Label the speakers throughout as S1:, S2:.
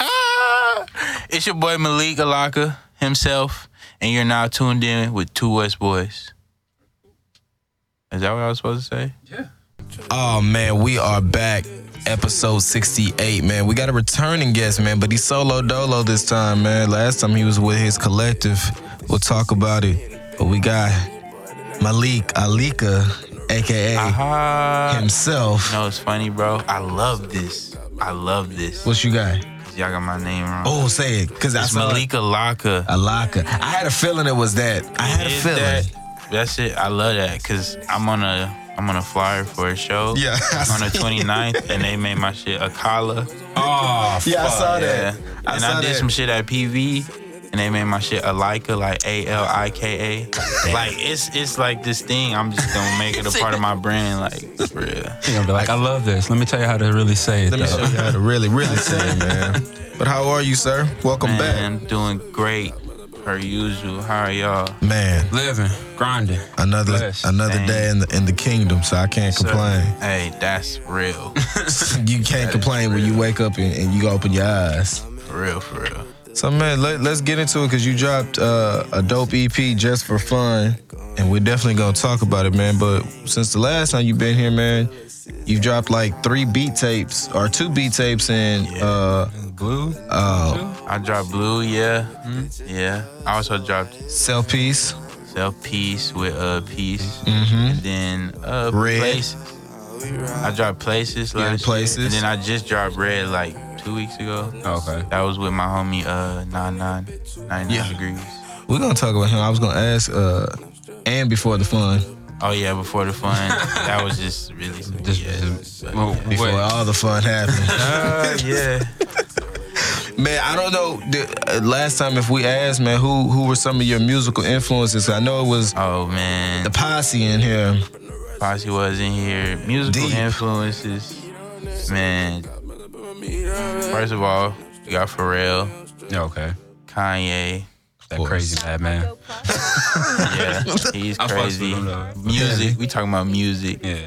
S1: Ah! It's your boy Malik Alaka himself, and you're now tuned in with Two West Boys. Is that what I was supposed to say?
S2: Oh man, we are back. Episode 68, man. We got a returning guest, man, but he's solo dolo this time, man. Last time he was with his collective. We'll talk about it. But we got Malik Alika, aka
S1: Ah,
S2: himself.
S1: you know it's funny, bro. I love this. I love this.
S2: What you got?
S1: 'Cause Y'all got my name wrong.
S2: Oh, say it, cause I
S1: it's
S2: saw
S1: Malik Alaka.
S2: Alaka. I had a feeling it was that. I had a
S1: Is
S2: feeling.
S1: that- that's it. I love that because I'm on a I'm on a flyer for a show.
S2: Yeah, I
S1: on the
S2: see.
S1: 29th, and they made my shit a collar.
S2: Oh, yeah, I saw
S1: Yeah,
S2: that. I
S1: and
S2: saw
S1: I did
S2: that.
S1: some shit at PV. And they made my shit a Leica, like A L I K A. Like it's it's like this thing. I'm just gonna make it a part of my brand, like for real.
S3: You're gonna be like, I love this. Let me tell you how to really say it.
S2: Let me
S3: though.
S2: show you how to really, really say it, man. But how are you, sir? Welcome
S1: Man, I'm doing great per usual. How are y'all?
S2: back. Man,
S3: Living, grinding.
S2: another
S3: Blessed.
S2: another
S1: Dang.
S2: day in the in the kingdom, so I can't complain.
S1: Hey, that's real.
S2: you can't complain when you wake up and, and you open your eyes.
S1: For real, for real.
S2: So man, let, let's get into it because you dropped uh, a dope EP just for fun, and we're definitely gonna talk about it, man. But since the last time you've been here, man, you've dropped like three beat tapes or two beat tapes and uh,
S3: Blue.
S2: uh,
S1: I dropped blue, yeah. Hmm? Yeah. I also dropped
S2: self piece.
S1: self peace with uh peace, and then uh
S2: Mm-hmm. Red.
S1: places. I dropped places
S2: Yeah,
S1: last
S2: Places. Oh,
S1: year, and then I just dropped red like two weeks ago.
S3: Oh, Okay.
S1: That was with my homie uh nine nine ninety nine
S2: Yeah.
S1: degrees.
S2: We're gonna talk about him. I was gonna ask, uh, and before the fun,
S1: Oh yeah, before the fun, that was just really
S3: Just,
S1: yeah.
S3: just-
S1: but-
S3: well,
S2: before
S3: wait.
S2: all the fun happened.
S1: Uh, yeah.
S2: Man, I don't know. The, uh, last time, if we asked, man, who who were some of your musical influences? I know it was
S1: Oh man,
S2: the posse in here.
S1: Posse was in here. Musical
S2: Deep.
S1: influences, man. First of all, you got Pharrell,
S3: Yeah, okay.
S1: Kanye.
S3: That
S2: course.
S3: crazy bad man.
S1: Yeah, he's
S3: I fucks
S1: crazy.
S3: with him, though.
S1: Music. We talking about music.
S3: Yeah.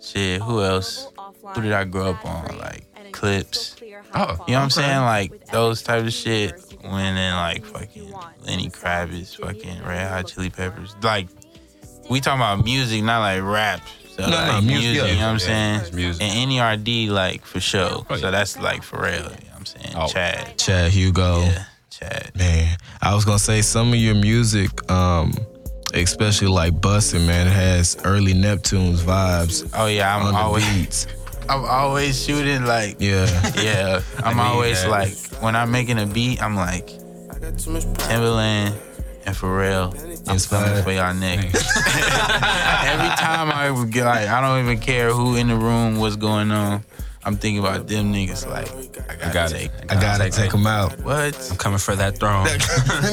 S1: Shit. Who else? Who did I grow up on? Like clips.
S3: Oh,
S1: You know what I'm saying? Like those type of shit. When then like fucking Lenny Kravitz, fucking Red Hot Chili Peppers. Like we talking about music, not like rap. So
S2: no,
S1: like
S2: music,
S1: music.
S2: yeah.
S1: You know what I'm
S3: Yeah, it's
S1: saying?
S3: music.
S1: And NERD like for sure.
S3: Oh, yeah.
S1: So that's like for real. You know what I'm saying?
S3: Oh.
S1: Chad.
S2: Chad Hugo.
S1: Yeah. Chad.
S2: Man, I was gonna say some of your music, um, especially like Bustin', man, it has early Neptune's vibes
S1: Oh yeah.
S2: on
S1: I'm
S2: the
S1: always.
S2: beats.
S1: I'm always shooting like.
S2: Yeah.
S1: Yeah, I'm
S3: need
S1: always
S3: that.
S1: like when I'm making a beat, I'm like Timberland and Pharrell. I'm
S2: It's
S1: coming
S2: fire.
S1: for y'all niggas. Every time I would get like, I don't even care who in the room, what's going on. I'm thinking about them niggas. Like I gotta
S3: got it.
S1: take
S2: I gotta
S3: Take
S2: take them out.
S1: what?
S3: I'm coming for that throne.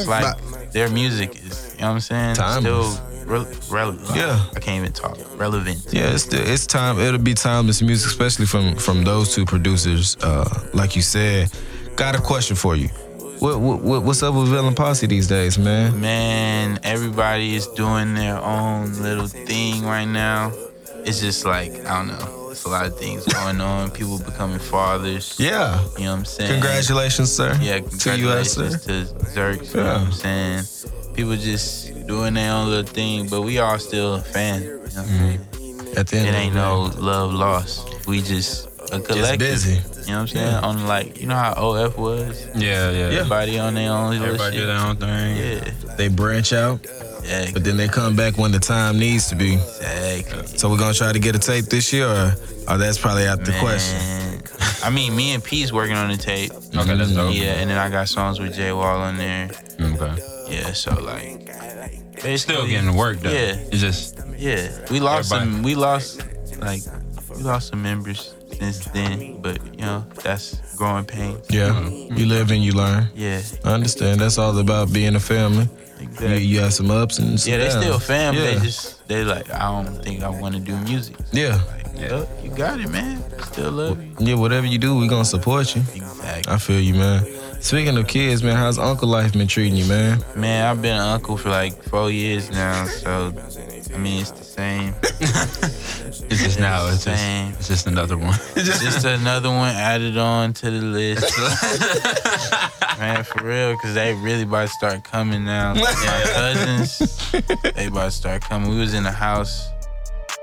S1: Like their music is, you know what I'm saying?
S2: Timeless.
S1: Still re- relevant.
S2: Yeah.
S1: I can't even talk. Relevant.
S2: Yeah, it's the, it's time. It'll be timeless music, especially from from those two producers. Uh, like you said, got a question for you. What, what- what what's up with Villain Posse these days, man?
S1: man, everybody is doing their own little thing right now. It's just like, I don't know. It's a lot of things going on. People becoming fathers.
S2: Yeah.
S1: You know what I'm saying?
S2: Congratulations, sir.
S1: Yeah,
S2: to you,
S1: congratulations
S2: sir.
S1: to Zerks. You know what I'm saying? People just doing their own little thing, but we all still fans. You know what I'm saying?
S2: At the end,
S1: It
S2: of the
S1: ain't
S2: day.
S1: no love lost. We just a collective.
S2: busy.
S1: You know what I'm saying? On like, you know how OF was?
S3: Yeah, yeah.
S1: Everybody on their own little
S3: Everybody do
S1: shit.
S3: their own thing.
S1: Yeah.
S2: They branch out,
S1: Yeah,
S2: but then they come back when the time needs to be.
S1: exactly.
S2: So we're gonna try to get a tape this year, or, or that's probably out the question.
S1: Man. I mean, me and P's working on the tape.
S3: Okay, that's dope.
S1: Yeah, and then I got songs with Jay Wall on there.
S3: Okay.
S1: Yeah, so like, they
S3: Still getting the work done.
S1: Yeah.
S3: It's just
S1: Yeah, we lost
S3: Everybody.
S1: some. We lost like we lost some members since then, but you know that's growing pain.
S2: Yeah, you live and you learn.
S1: Yeah,
S2: I understand. That's all about being a family. You,
S1: exactly.
S2: you have some ups and some
S1: Yeah, they
S2: downs.
S1: still fam. They
S2: Yeah.
S1: just they like I don't think I want to do music.
S2: yeah.
S1: Like,
S3: Yeah.
S1: look, you got it, man. Still love you.
S2: Yeah, whatever you do, we're gonna support you.
S1: Exactly.
S2: I feel you, man. Speaking of kids, man, how's uncle life been treating you, man?
S1: Man, I've been an uncle for like four years now, so I mean it's the same.
S3: it's just now. It's just
S1: Same.
S3: it's just another one.
S1: Just another one added on to the list. man, for real, because they really about to start coming now. Yeah, cousins, they about to start coming. We was in the house,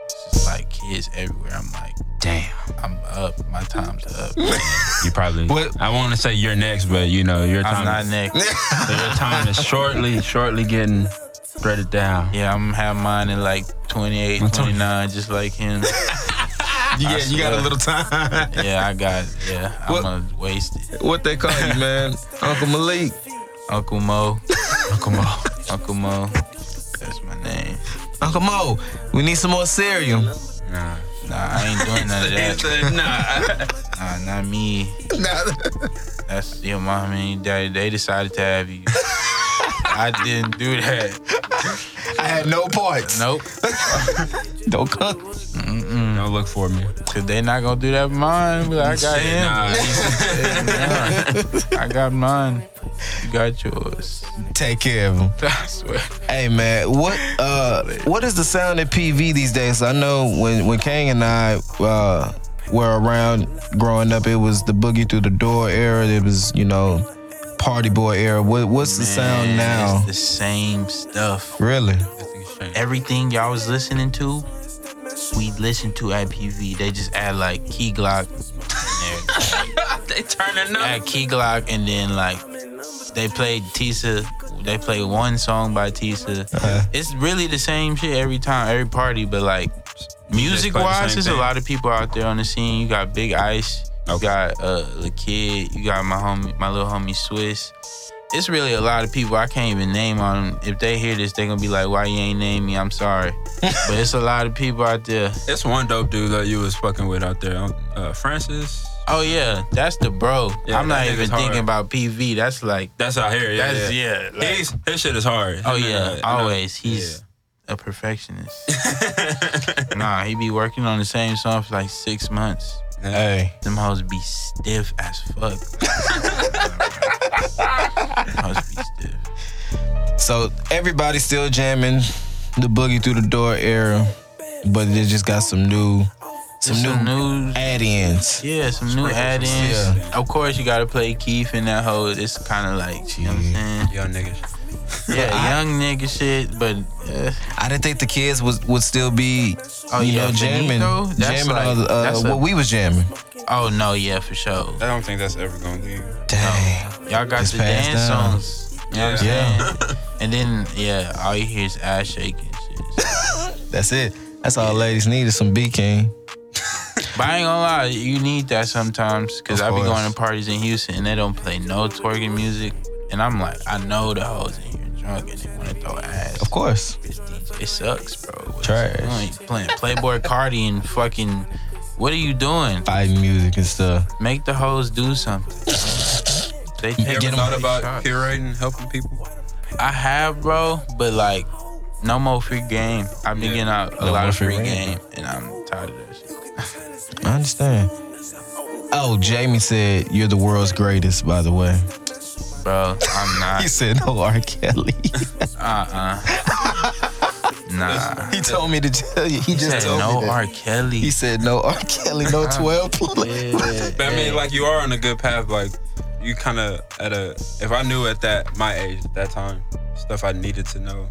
S1: it's just like kids everywhere. I'm like,
S3: Damn.
S1: I'm up, my time's up.
S3: You probably.
S2: What-
S3: I want to say you're next, but you know your
S1: I'm
S3: time.
S1: not
S3: is,
S1: next.
S3: Your time is shortly, shortly getting threaded down.
S1: Yeah, I'm gonna have mine in like 28, 29, just like him.
S2: You, got, you got a little time.
S1: Yeah, I got. Yeah, I'm
S2: What-
S1: gonna waste it.
S2: what they call you, man? Uncle Malik.
S1: Uncle Mo,
S3: Uncle Mo.
S1: Uncle Mo, that's my name.
S2: Uncle Mo, we need some more cereal.
S3: Nah.
S1: Nah, I ain't doing none of that. Nah, not me. That's your mom and your daddy. They decided to have you. I didn't do that.
S2: I had no parts.
S1: Nope.
S2: Don't come.
S3: Don't look for me.
S1: Cause they not gonna do that with mine. But I got
S3: Shit,
S1: him.
S3: Nah,
S1: I got mine. You got yours.
S2: Take care of him.
S1: I swear.
S2: Hey man, what uh what is the sound at PV these days? I know when when Kang and I uh were around growing up, it was the boogie through the door era. It was you know party boy era. What what's the sound
S1: Man,
S2: now?
S1: It's the same stuff.
S2: Really?
S1: Everything y'all was listening to, we listened to at PV. They just add like Key Glock. in there.
S3: they turning up.
S1: At Key Glock, and then like they played Tisa. They played one song by Tisa.
S3: Uh-huh.
S1: It's really the same shit every time, every party. But like music wise,
S3: same
S1: there's a
S3: thing.
S1: lot of people out there on the scene. You got Big Ice. You
S3: Okay.
S1: got uh, the kid. You got my homie, my little homie Swiss. It's really a lot of people I can't even name on them. If they hear this, they gonna be like, "Why you ain't name me?" I'm sorry, but it's a lot of people out there.
S3: It's one dope dude that you was fucking with out there. Uh, Francis.
S1: Oh yeah, that's the bro.
S3: Yeah,
S1: I'm not
S3: that nigga's
S1: even
S3: hard.
S1: thinking about PV. That's like
S3: That's out here. Yeah.
S1: that's
S3: yeah.
S1: yeah. like-
S3: He's, his shit is hard.
S1: Oh
S3: Him and,
S1: yeah,
S3: uh,
S1: always. He's a perfectionist. nah, he be working on the same song for like six months.
S2: Hey,
S1: Them hoes be stiff as fuck. hoes be stiff.
S2: so everybody's still jamming the boogie through the door era, but they just got some new some
S1: Some,
S2: new
S1: new,
S2: add-ins.
S1: yeah, some new add-ins. Of course, you gotta play Keith in that hoe. It's kind of like, you know what I'm
S3: Young niggas.
S1: saying? Yeah, young nigga shit, but uh,
S2: I didn't think the kids was would still be
S1: Oh,
S2: you
S1: yeah,
S2: know jamming
S1: Finito? That's
S2: jamming
S1: like-
S2: all the- uh,
S1: that's a-
S2: what we was jamming.
S1: oh no, yeah, for sure.
S3: I don't think that's ever going to be.
S2: Dang.
S1: Y'all got
S2: It's
S1: the
S2: passed
S1: dance
S2: down.
S1: songs. You know what I'm
S2: Yeah.
S1: saying? and then yeah, all you hear is ass shaking and shit. So-
S2: That's it. That's all ladies need is some B King.
S1: But I ain't gonna lie, you need that sometimes because
S2: Of
S1: I be
S2: course.
S1: going to parties in Houston and they don't play no twerking music, and I'm like, I know the hoes in here drunk and they want to throw ass.
S2: Of course.
S1: It sucks, bro. What's
S2: Trash.
S1: you doing? You playing Playboy Cardi and fucking. What are you doing?
S2: Fighting music and stuff.
S1: Make the hoes do something. They
S3: You
S1: take
S3: ever
S1: them
S3: thought about
S1: shots.
S3: curating, helping people?
S1: I have, bro, but like, no more free game. I've been
S3: Yeah.
S1: getting out a
S2: No
S1: lot
S2: more
S1: of
S2: free
S1: free
S2: game.
S1: game, and I'm tired of that shit.
S2: I understand. Oh, Jamie said you're the world's greatest, by the way.
S1: Bro, I'm not.
S2: He said no R. Kelly.
S1: Uh uh Nah.
S2: he told me to tell you. He
S1: Said
S2: just told
S1: no
S2: me that.
S1: R. Kelly.
S2: He said no R. Kelly, no 12 play.
S1: Yeah.
S3: But I mean, like you are on a good path. Like you kind of at a. If I knew at that my age at that time, stuff I needed to know.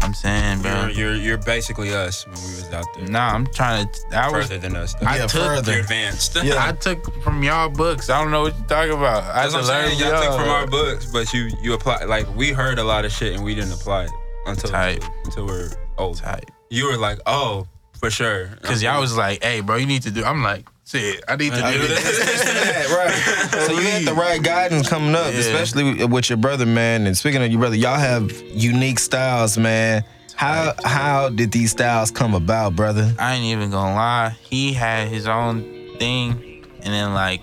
S1: I'm saying, bro.
S3: You're you're, you're basically us when we was out there.
S1: Nah, I'm trying to. I was.
S3: further than us. Though.
S1: I
S2: Yeah,
S1: took.
S2: further.
S3: You're advanced.
S2: Yeah.
S1: I took from y'all books. I don't know what you're talking about. I
S3: That's what I'm
S1: just learned
S3: saying. Y'all
S1: y'all.
S3: take from our books, but you you apply like we heard a lot of shit and we didn't apply it until
S1: Tight.
S3: until we're old.
S1: Tight.
S3: You were like, oh, for sure,
S1: Cause y'all was like, "Hey, bro, you need to do." I'm like, "Shit, I need to
S3: I
S1: do
S3: do
S1: this."
S2: right. So you had the right guidance coming up,
S1: Yeah.
S2: especially with your brother, man. And speaking of your brother, y'all have unique styles, man. How how did these styles come about, brother?
S1: I ain't even gonna lie. He had his own thing, and then like,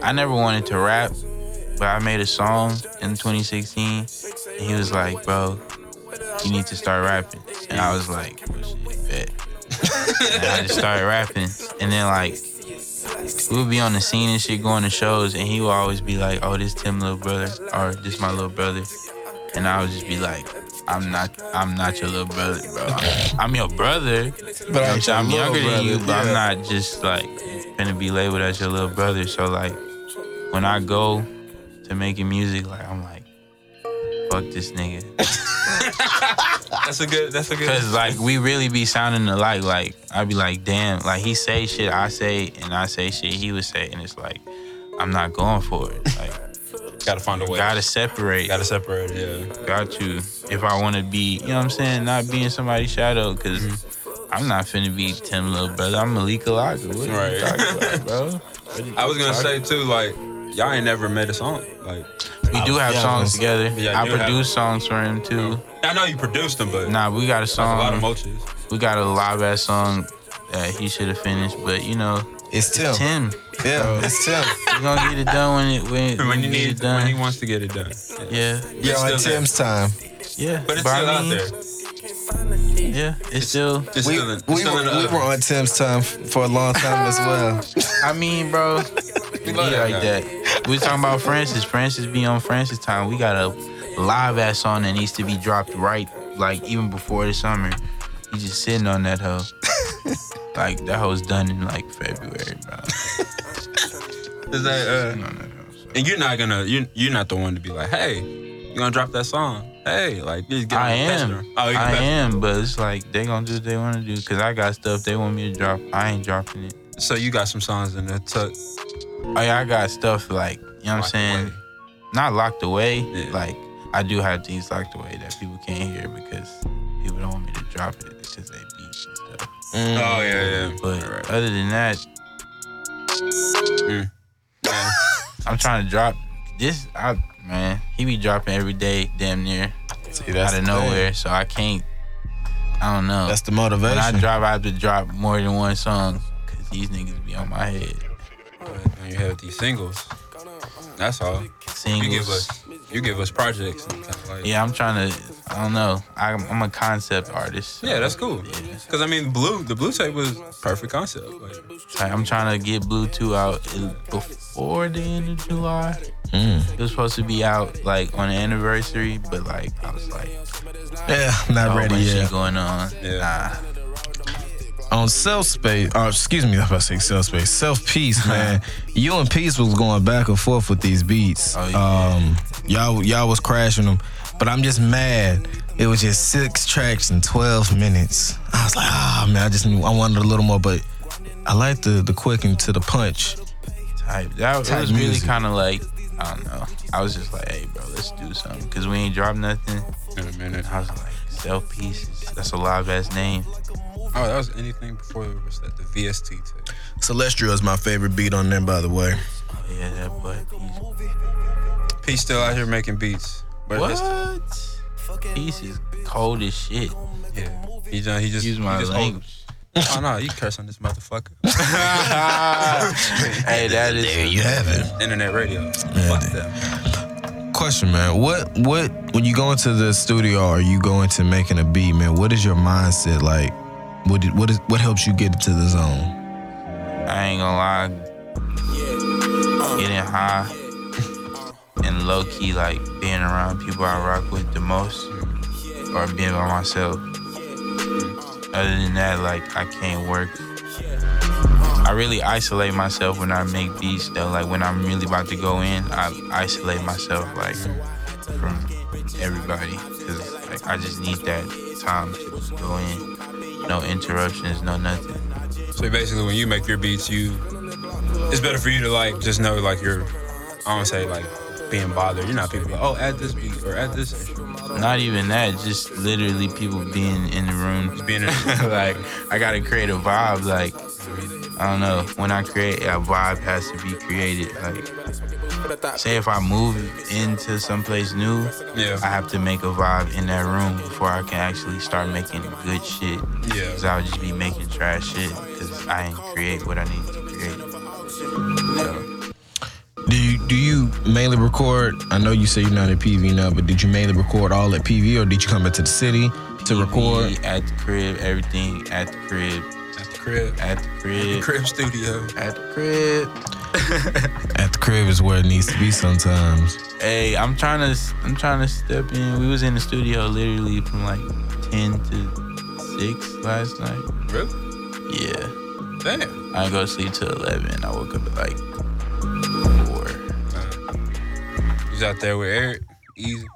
S1: I never wanted to rap, but I made a song in 2016, and he was like, "Bro, you need to start rapping," and I was like, "Oh, shit, bet." and I just started rapping, and then like, we would be on the scene and shit, going to shows, and he would always be like, "Oh, this Tim little brother, or this my little brother," and I would just be like. I'm not. I'm not your little brother, bro. I'm your brother,
S2: But
S1: I'm, I'm younger than you, but I'm not just like gonna be labeled as your little brother. So like, when I go to to making music, like I'm like, fuck this nigga,
S3: That's a good. That's a good.
S1: cause like we really be sounding alike. Like I be like, damn, like he say shit I say, and I say shit he would say, and it's like, I'm not going for it. Like
S3: gotta find a way.
S1: gotta separate.
S3: gotta separate. Yeah.
S1: Got to. If I want to be, you know what I'm saying, not being somebody's shadow, because
S3: Mm-hmm.
S1: I'm not finna be Tim Little Brother. I'm Malik Elijah. What right.
S3: Right.
S1: you talking about, bro?
S3: I was gonna say too, like y'all ain't never made a song. Like
S1: We do have
S2: Yeah,
S1: songs
S2: I
S1: together.
S3: Yeah,
S1: I
S3: you have-
S1: produce songs for him too.
S3: I know you produced them, but
S1: Nah, we got a
S3: a lot of
S1: song.
S3: moches.
S1: We got a live ass song that he should have finished, but you know,
S2: It's Tim.
S1: Tim,
S2: Yeah, it's Tim.
S1: we gonna get it done when it when,
S3: When
S1: when
S3: you
S1: it
S3: need, when he
S1: done.
S3: wants to get it done.
S1: yeah,
S2: Yeah,
S3: It's
S2: on
S3: still
S2: Tim's time.
S1: yeah.
S3: But it's
S1: By
S3: still out
S1: me,
S3: there.
S1: Yeah, it's still.
S3: It's
S2: We,
S3: still in, it's
S2: we,
S3: still
S2: were,
S3: in the
S2: we
S3: oven.
S2: were on Tim's time for a long time as well.
S1: I mean, bro, it be
S3: love that
S1: like
S3: guy.
S1: that. We talking about Francis. Francis be on Francis time. We got a live ass song that needs to be dropped right, like even before the summer. You just sitting on that hoe. like that hoe's done in like February, bro.
S3: Is that,
S1: Sitting
S3: uh,
S1: on that hoe, so.
S3: and you're not gonna you you're not the one to be like, hey, you gonna drop that song? Hey, like you just get
S1: I
S3: on the
S1: am.
S3: pester. Oh, you
S1: I
S3: pester.
S1: am, but it's like they gonna do what they wanna do. Cause I got stuff they want me to drop. I ain't dropping it.
S3: So you got some songs in the tuck.
S1: Oh yeah, I got stuff like you know what I'm
S3: Locked
S1: saying.
S3: away.
S1: Not locked away.
S3: Yeah.
S1: Like I do have things locked away that people can't hear because people don't want me to drop it because they beat and stuff.
S3: Oh
S2: Mm.
S3: yeah, yeah.
S1: But
S3: All right.
S1: other than that,
S2: Mm.
S3: Yeah.
S1: I'm trying to drop this. I man, he be dropping every day, damn near
S2: See, that's
S1: out
S2: the
S1: of
S2: thing.
S1: nowhere. So I can't. I don't know.
S2: That's the
S1: when I
S2: motivation.
S1: drop, I have to drop more than one song because these niggas be on my head.
S3: But now you have these singles. That's all. You give
S1: Singles.
S3: us you give us projects. and stuff like-
S1: Yeah, I'm trying to. I don't know. I'm, I'm a concept artist. so-
S3: Yeah, that's cool.
S1: Yeah.
S3: Cause I mean, blue the blue tape was perfect concept. Like,
S1: Like, I'm trying to get Blue 2 out in- before the end of July.
S2: Mm.
S1: It was supposed to be out like on the anniversary, but like I was like,
S2: Yeah, not
S1: oh,
S2: ready
S1: ready
S2: yet.
S1: shit going on.
S3: Yeah.
S1: Nah.
S2: on self space. Uh, excuse me, I was about to say self space. Self peace, man. you and peace was going back and forth with these beats.
S1: Oh, yeah.
S2: Um, y'all, y'all was crashing them, but I'm just mad. It was just six tracks in 12 minutes. I was like, ah, man, I just knew I wanted a little more, but I like the the quick and to the punch.
S1: Type. That was, it
S2: Type
S1: was really
S2: music.
S1: kind of like I don't know. I was just like, hey, bro, let's do something because we ain't dropped nothing.
S3: in a minute.
S1: I was like, self pieces. That's a live ass name.
S3: Oh, that was anything before it was that the VST tape.
S2: Celestial is my favorite beat on them, by the way.
S1: Oh yeah, that boy. He's,
S3: Peace still out here making beats. But it's-
S1: what? Peace is cold as shit.
S3: Yeah. He just he just
S1: Use
S3: he
S1: my
S3: just
S1: language.
S3: Oh no, you curse on this motherfucker.
S1: hey, that is
S2: There you have it.
S3: Internet radio. Fuck them.
S2: Question, man. What what when you go into the studio or you go into making a beat, man? What is your mindset like? What did, what is what helps you get into the zone?
S1: I ain't gonna lie. Getting high and low key, like being around people I rock with the most, or being by myself. Other than that, like I can't work. I really isolate myself when I make beats, though. Like when I'm really about to go in, I isolate myself, like from everybody, because like I just need that time to just go in. No interruptions, no nothing.
S3: So basically when you make your beats, you it's better for you to like just know like you're I don't say like being bothered. You're not people like, oh add this beat or add this
S1: Not even that, just literally people being in the room.
S3: being
S1: like, I gotta create a vibe. Like, I don't know. When I create, a vibe has to be created. Like, say if I move into someplace new, I
S3: Yeah.
S1: have to make a vibe in that room before I can actually start making good shit.
S3: Yeah.
S1: Cause I would just be making trash shit because I ain't create what I need to create.
S2: Do you do you mainly record? I know you say you're not at PV now, but did you mainly record all at PV or did you come into the city to record?
S1: Me at the crib, everything at the crib,
S3: At the crib.
S1: at the crib,
S3: Crib studio.
S1: at the crib.
S2: At the crib is where it needs to be sometimes.
S1: Hey, I'm trying to I'm trying to step in. We was in the studio literally from like 10 to 6 last night.
S3: Really?
S1: Yeah.
S3: Damn.
S1: I go to sleep till 11. I woke up at like 4.
S3: was out there with Eric. Easy.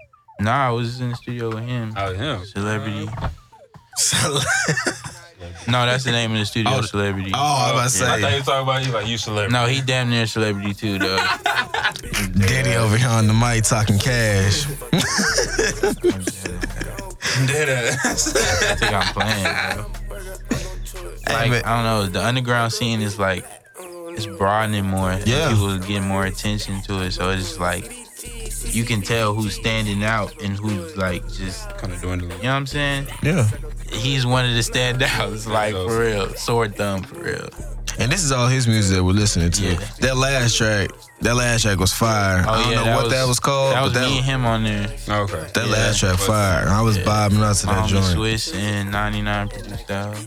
S1: Nah, I was just in the studio with him.
S3: I was him.
S1: Celebrity.
S2: oh,
S1: No, that's the name of the studio.
S2: Oh,
S1: celebrity.
S2: I'm about to
S3: I thought you
S2: say,
S3: were talking about you like you celebrity.
S1: No, he damn near a celebrity too, though.
S2: Diddy over here on the mic talking cash.
S3: Dead ass.
S1: I think I'm playing. Bro.
S2: Hey,
S1: Like
S2: man.
S1: I don't know, the underground scene is like it's broadening more. Like,
S2: Yeah.
S1: people are getting more attention to it, so it's like you can tell who's standing out and who's like just
S3: kind of dwindling.
S1: you know what I'm saying.
S2: Yeah.
S1: He's one of the standouts, like for real, sword thumb for real.
S2: And this is all his music that we're listening to.
S1: Yeah. Oh,
S2: That last track, that last track was fire. I don't know what that was called.
S1: That was
S2: but
S1: me and him on there.
S3: Okay.
S2: That
S1: Yeah, Um,
S2: last track,
S3: but-
S2: fire. I was vibing out to
S1: My
S2: that
S1: homie
S2: joint.
S1: Swiss and 99 produced out.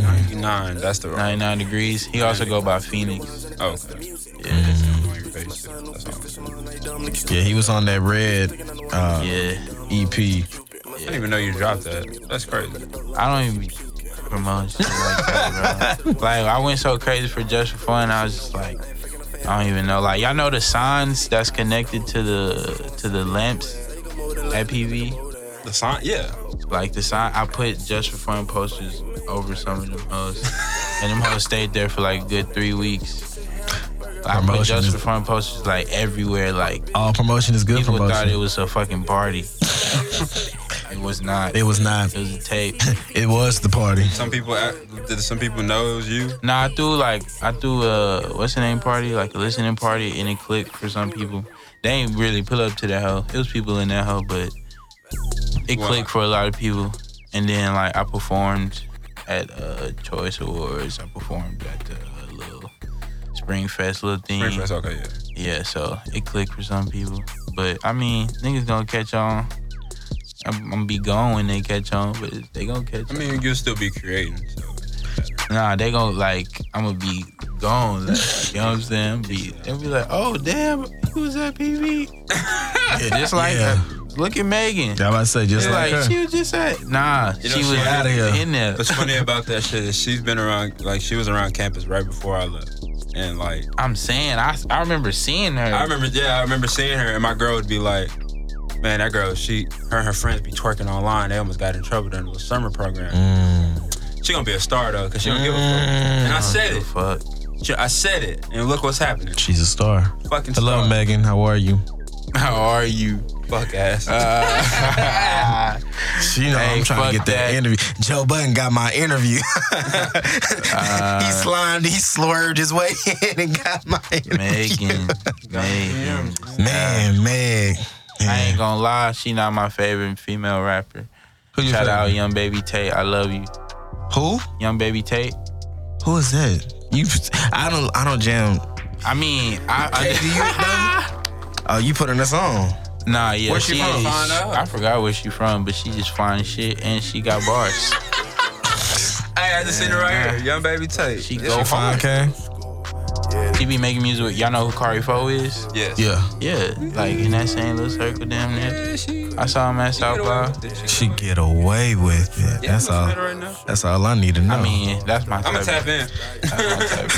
S3: 99. That's the right.
S1: 99 degrees. He also go by Phoenix.
S3: Oh, okay.
S2: Mm-hmm.
S3: Mm. That's all.
S2: Yeah, he was on that red uh,
S1: Yeah.
S2: EP.
S3: I didn't even know you dropped that. That's crazy.
S1: I don't even be promoting shit like that, bro. like I went so crazy for just for fun. I was just like, I don't even know. Like y'all know the signs that's connected to the to the lamps at PV.
S3: The sign, yeah.
S1: Like the sign, I put just for fun posters over some of them hoes, and them hoes stayed there for like a good three weeks. I put
S2: Promotion
S1: just
S2: is-
S1: for fun posters like everywhere. Like
S2: All promotion is good
S1: people thought
S2: promotion.
S1: it was a fucking party. it was not.
S2: it was not.
S1: It was a tape.
S2: It was the party.
S3: Some people act- did. Some people know it was you.
S1: Nah, I threw like I threw a what's the name party, like a listening party, and it clicked for some people. They ain't really pull up to that hoe. It was people in that hoe, but it
S3: Wow.
S1: clicked for a lot of people. And then like I performed at uh Choice Awards. I performed at the uh, little Spring Fest little thing.
S3: Pretty sure That's okay. Yeah.
S1: Yeah, so it clicked for some people. But I mean, niggas gonna catch on. I'm, I'm gonna be gone when they catch on, but they gonna catch
S3: I
S1: on.
S3: mean, you'll still be creating. So.
S1: Nah, they gon' like I'm gonna be gone. Like, you know what I'm saying? Be, they'll be like, oh damn, who was that PV? just like
S2: yeah.
S1: her. look at Megan.
S2: Yeah, I about to say just
S1: It's
S2: like,
S1: like
S2: her.
S1: she was just at nah,
S3: You know,
S1: she
S3: she
S1: was
S3: outta
S2: here.
S1: in there.
S3: What's funny about that shit is she's been around. Like she was around campus right before I left, and like
S1: I'm saying I, I remember seeing her.
S3: I remember, yeah, I remember seeing her, and my girl would be like, "Man, that girl, she, her and her friends be twerking online. They almost got in trouble during the summer program.
S2: Mm.
S3: She gonna be a star though, cause she don't give a fuck." And I said
S1: Give a fuck.
S3: it. She- I said it, and look what's happening.
S2: She's a star.
S3: Fucking
S2: Hello,
S3: star.
S2: Megan. How are you?
S1: How are you?
S3: Fuck ass.
S1: Uh,
S2: She know
S1: Hey,
S2: I'm trying to
S1: fuck
S2: get that,
S1: that.
S2: interview. Joe Button got my interview. he slimed, he swerved his way in and got my interview.
S1: Megan, Megan.
S2: Man, Meg.
S1: I ain't gonna lie, she not my favorite female rapper.
S2: Who you
S1: Shout out
S2: favorite?
S1: Young Baby Tate, I love you.
S2: Who?
S1: Young Baby Tate.
S2: Who is that? You? I don't. I don't jam.
S1: I mean, I, I
S2: Do you? Oh, you put in a song.
S1: Nah, yeah.
S2: Where she from?
S3: Find out.
S1: I forgot where she from, but she just fine as shit and she got bars.
S3: Hey, I just seen her right here, young baby Tate.
S1: She
S3: This
S1: go
S3: your
S1: far.
S3: homie?
S2: Okay.
S1: she be making music with y'all know who Kari Fo is?
S3: Yes.
S2: Yeah.
S1: Yeah, like in that same little circle down there. I saw him at South by.
S2: She get away with it. That's all.
S3: Right now.
S2: That's all I need to know.
S1: I mean, that's my type.
S3: I'm gonna tap in.
S1: my type.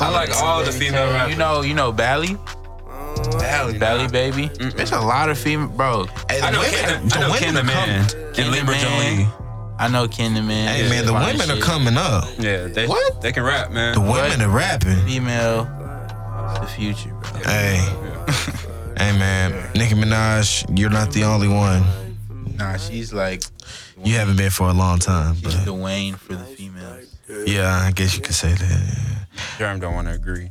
S3: I like all the female rappers.
S1: You know, you know Bally,
S3: Bally,
S1: Bally baby. There's a lot of female, bro.
S2: hey, the
S3: I know
S2: women-
S3: Ken,
S2: the
S3: I know
S2: women
S3: Ken the
S2: are
S3: man.
S2: coming-
S3: And
S1: Ken the
S3: Libra
S1: Man.
S3: Jolie.
S1: I know Ken the man.
S2: Hey man, the
S1: Fine
S2: women are
S1: shit.
S2: coming up.
S3: Yeah, they,
S2: What?
S3: they can rap, man.
S2: The women are rapping.
S1: Female, the future, bro.
S2: Hey. Hey man, Nicki Minaj, you're not the only one.
S1: Nah, she's like
S2: You haven't been for a long time,
S1: she's
S2: but
S1: the Wayne for the females.
S2: yeah, I guess you could say that.
S3: Jerm don't want to agree.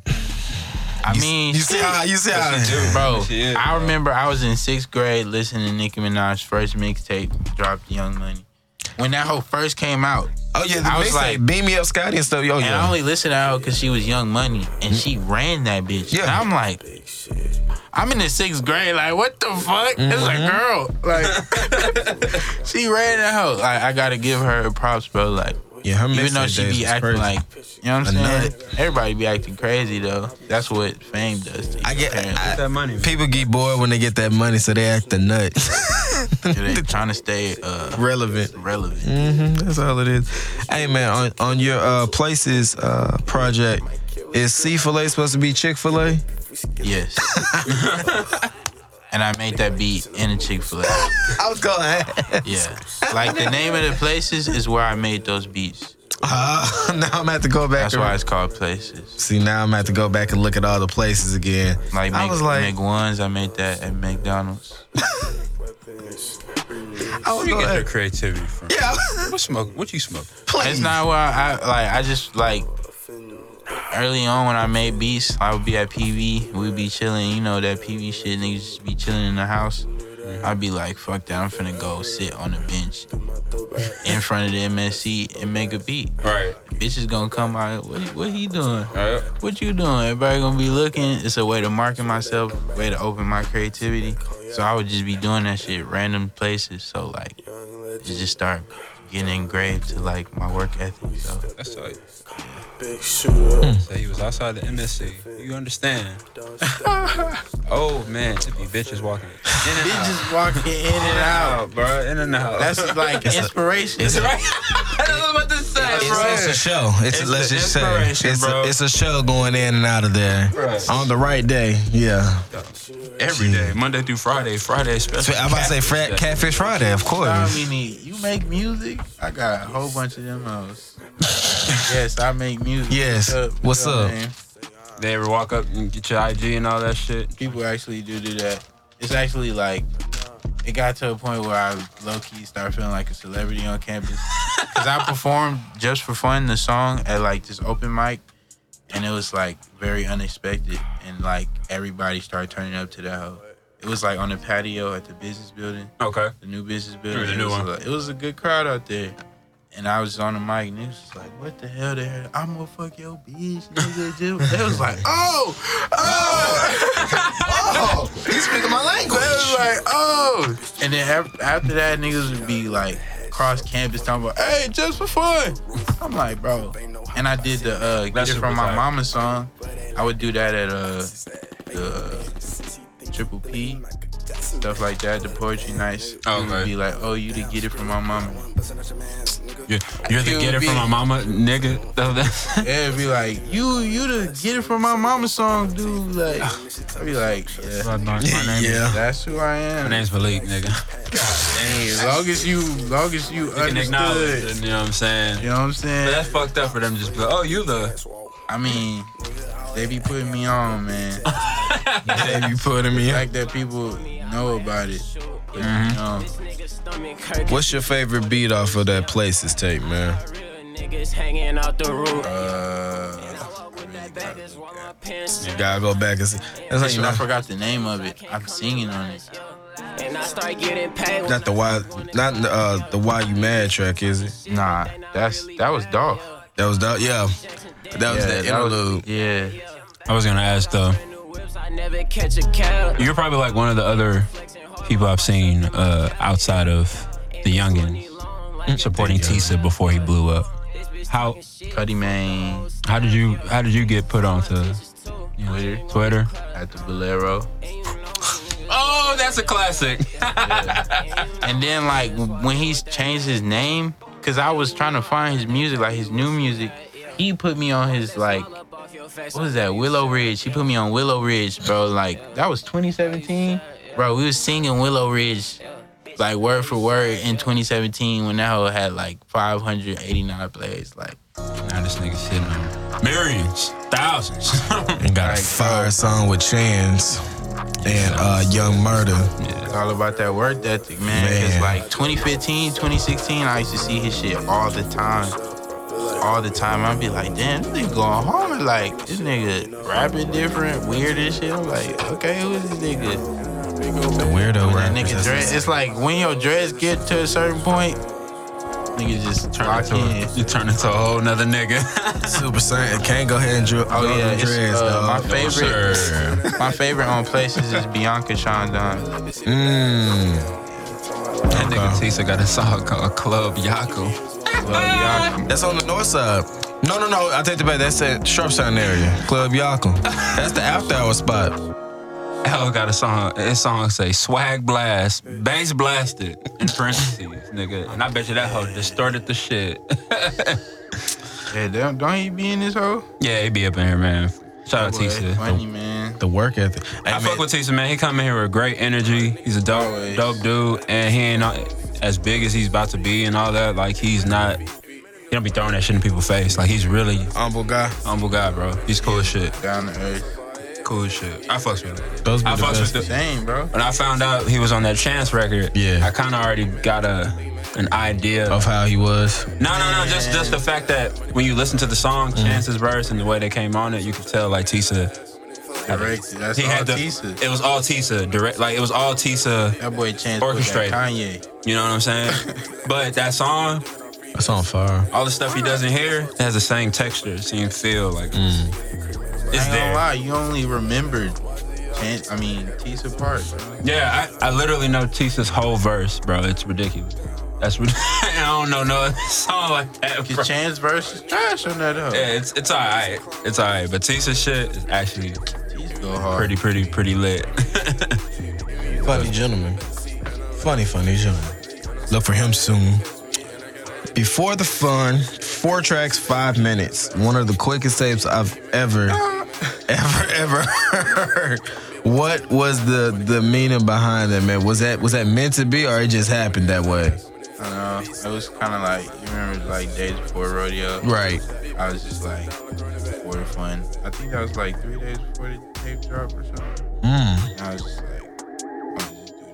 S1: I
S2: You,
S1: mean,
S2: you see how you see
S3: Yes, you
S2: how
S3: do.
S1: Bro,
S3: She is,
S1: I
S3: bro.
S1: remember I was in sixth grade listening to Nicki Minaj's first mixtape, dropped Young Money. When that hoe first came out,
S2: Oh yeah, the
S1: I was
S2: mixtape,
S1: like-
S2: beam me up, Scotty and stuff. Yo,
S1: and I
S2: yeah. Mm-hmm.
S1: only listened to her because she was Young Money, and she ran that bitch.
S2: Yeah.
S1: And I'm like, I'm in the sixth grade, like, what the fuck? It's like, girl,
S2: Mm-hmm.
S1: like, she ran that hoe. Like, I gotta give her props, bro. Like,
S2: Yeah, her
S1: even though
S2: mixtape
S1: she
S2: days
S1: be
S2: was
S1: acting
S2: crazy.
S1: like, you know what I'm
S2: A
S1: saying?
S2: nut.
S1: Everybody be acting crazy though. That's what fame does. To you,
S2: I get
S1: apparently.
S2: I,
S3: That money.
S2: people get bored when they get that money, so they act a nut.
S1: they trying to stay uh,
S2: Relevant.
S1: relevant.
S2: Mm-hmm, hmm that's all it is. Hey man, on, on your uh, places uh, project, Is C filet supposed to be Chick fil A?
S1: Yes. and I made that beat in a Chick Fil A.
S2: I was going.
S1: Yeah. Like the name of the places is where I made those beats.
S2: Uh, now I'm gonna have to go back.
S1: That's
S2: and-
S1: why it's called places.
S2: See, now I'm gonna have to go back and look at all the places again.
S1: Like
S2: I
S1: Mc-
S2: was like,
S1: McOnes, I made that at McDonald's.
S2: I was
S3: Where you
S2: going,
S3: get your creativity from?
S2: yeah,
S3: What smoke? What you smoke?
S2: please.
S1: It's not where I, I like. I just like early on when I made beats, I would be at PV. We'd be chilling. You know that PV shit. Niggas just be chilling in the house. I'd be like, fuck that. I'm finna go sit on the bench in front of the MSC and make a beat.
S3: Right. Uh,
S1: Bitches gonna come out. What, what he doing?
S3: Right.
S1: What you doing? Everybody gonna be looking. It's a way to market myself, way to open my creativity. So I would just be doing that shit random places. So like, it just start getting engraved to like my work ethic. So
S3: That's all. So he was outside the MSC. You understand? oh man, it be bitches walking in and
S2: Uh-huh.
S3: out,
S1: bitches walking in
S3: in
S1: and
S3: and
S1: out.
S3: out, bro, in and out.
S1: That's like inspiration.
S2: it's a-
S3: right. That's what I was about to say, bro.
S2: It's, it's a show. It's,
S3: It's
S2: let's
S3: the
S2: just say
S3: inspiration,
S2: it's a,
S3: bro.
S2: it's a show going in and out of there
S3: Right.
S2: on the right day. Yeah,
S3: Every day, Monday through Friday, Friday
S2: So
S3: special.
S2: I'm about to say Frat Catfish Friday, of course.
S1: I mean, you make music. I got a whole bunch of them. hoes. yes, I make music.
S2: Yes. What's
S1: what I'm
S2: up?
S1: saying?
S3: They ever walk up and get your IG and all that shit?
S1: people actually do do that. It's actually like it got to a point where I low key started feeling like a celebrity on campus because I performed just for fun the song at like this open mic, and it was like very unexpected, and like everybody started turning up to that hoe. It was like on the patio at the business building,
S3: Okay.
S1: the new business building.
S3: the new
S1: it, was
S3: one.
S1: A, it was a good crowd out there. And I was on the mic and it was just like, what the hell? They heard, I'm gonna fuck your bitch, nigga. dude." They was like, oh, oh.
S2: oh, you speaking my language?
S1: They was like, oh. And then af- after that, niggas would be like cross campus talking about, hey, just for fun. I'm like, bro. And I did the uh, get
S3: That
S1: it
S3: shit
S1: from
S3: was
S1: my
S3: hype.
S1: mama song. I would do that at uh, the uh, Triple P. Stuff like that, the poetry nights. It would
S3: Okay.
S1: be like, oh, you to get it from my mama.
S3: You're, you're
S1: It
S3: the
S1: would
S3: getter
S1: be-
S3: from my mama, nigga. That's what that-
S1: Yeah, it'd be like, you, you to get it from my mama song, dude. Like, I'd be like, yeah,
S3: My name-
S2: Yeah.
S1: that's who I
S3: my
S1: am.
S3: name's Malik, nigga.
S1: As long as you, long as you
S3: You can acknowledge
S1: understood.
S3: it, you know what I'm saying?
S1: You know what I'm
S3: But
S1: saying?
S3: that's fucked up for them to just be like, oh, you the.
S1: I mean, they be putting me on, man.
S2: Damn, you putting me.
S1: The
S2: on.
S1: fact that people know about it. But, you know,
S2: What's your favorite beat off of that Places tape, man?
S4: Niggas hanging out the roof.
S1: uh,
S2: You gotta go back and see. That's how you
S1: I
S2: know.
S1: forgot the name of it. I'm singing on it.
S4: And I start getting paid.
S2: Not the why, not the, uh, the why you mad track, is it?
S1: Nah, that's that was Dolph.
S2: That was that. Yeah, that was the
S1: that was-
S2: interlude.
S1: yeah.
S3: I was gonna ask though.
S4: I never catch a cab.
S3: You're probably like one of the other people I've seen uh, outside of the youngins supporting Tisa before he blew up. How
S1: Cuddy Mane
S3: how did you how did you get put onto you know,
S1: Twitter.
S3: Twitter?
S1: at the Bolero.
S3: Oh, that's a classic.
S1: And then like when he changed his name, cause I was trying to find his music, like his new music. He put me on his like what was that Willow Ridge? He put me on Willow Ridge, bro. Like that was 2017, bro. We was singing Willow Ridge, like word for word in 2017 when that hoe had like 589 plays. Like
S3: now this nigga sitting on millions, thousands.
S2: And got a fire song with Chance and uh, Young Murder.
S1: it's all about that work ethic, man.
S2: Man.
S1: Cause like 2015, 2016, I used to see his shit all the time. All the time, I'd be like, damn, this nigga going hard. Like, this nigga rapping different, weird and shit. I'm like, okay, who is this nigga?
S2: The weirdo
S1: When that
S2: rappers,
S1: nigga
S2: that's-
S1: dread, it's like when your dreads get to a certain point, niggas just
S3: Turn
S1: lock
S3: into
S1: in. Oh,
S3: a- you turn into a whole nother nigga.
S2: Super Saiyan. Can't go ahead and drill.
S1: Oh
S2: go
S1: yeah,
S2: to
S1: it's,
S2: dreads,
S1: uh, my
S2: dog.
S1: favorite. My favorite on places is Bianca Shandon.
S2: Mm,
S3: That nigga Tisa got a song called Club Yaku.
S2: that's on the north side. No, no, no. I take the back. That's that Sharp Sign area. Club Yakum. That's the after hour spot.
S3: L got a song. His song say swag blast, bass blasted in parentheses, nigga. And I bet you that hoe distorted the shit.
S1: Yeah, don't, don't he be in this hoe?
S3: Yeah, he be up in here, man. Shout out
S1: Boy, that's
S3: Tisa.
S1: funny, man.
S2: The work ethic. Hey,
S3: I
S2: man,
S3: fuck with Tisa, man. He come in here with great energy. He's a dope,
S1: Always.
S3: dope dude, and he ain't not as big as he's about to be and all that. Like he's not. He don't be throwing that shit in people's face. Like he's really
S2: humble guy.
S3: humble guy, bro. He's cool as shit.
S1: Down to earth.
S3: Cool as shit. I fucks with him.
S2: Those be
S3: I
S2: the
S3: fucks
S2: best.
S3: with the.
S1: Same, bro.
S3: When I found out he was on that Chance record,
S2: Yeah.
S3: I kind of already got a an idea
S2: Of how he was.
S3: No, no, no. Just, just the fact that when you listen to the song,
S1: Mm.
S3: Chance's verse and the way they came on it, you could tell like Tisa.
S1: Directed. That's
S3: He
S1: all
S3: had the.
S1: Tisa.
S3: It was all Tisa direct. Like it was all Tisa.
S1: That boy Chance put that
S3: Orchestrated.
S1: Kanye.
S3: You know what I'm saying? but that song,
S2: That's on fire.
S3: all the stuff he doesn't hear, it has the same texture, same feel. Like it's
S1: Mm. I ain't gonna
S3: there.
S1: lie, you only remembered Chance. I mean, Tisa Park. bro.
S3: Yeah, I, I literally know Tisa's whole verse, bro. It's ridiculous. That's rid- I don't know no other song like that. Bro.
S1: Cause Chance verse is trash on that hoe.
S3: Yeah, it's it's alright. It's alright. But Tisa's shit is actually
S1: Tisa go hard.
S3: pretty, pretty, pretty lit.
S2: Funny gentleman. Funny, funny gentleman. Look for him soon. Before the fun, four tracks, five minutes. One of the quickest tapes I've ever, ever, ever heard. What was the the meaning behind that, man? Was that was that meant to be, or it just happened that way?
S1: I don't know. It was kind of like you remember like days before rodeo.
S2: Right.
S1: I was just like for the fun. I think that was like three days before the tape drop or something.
S2: Mm.
S1: And I was just like, I'm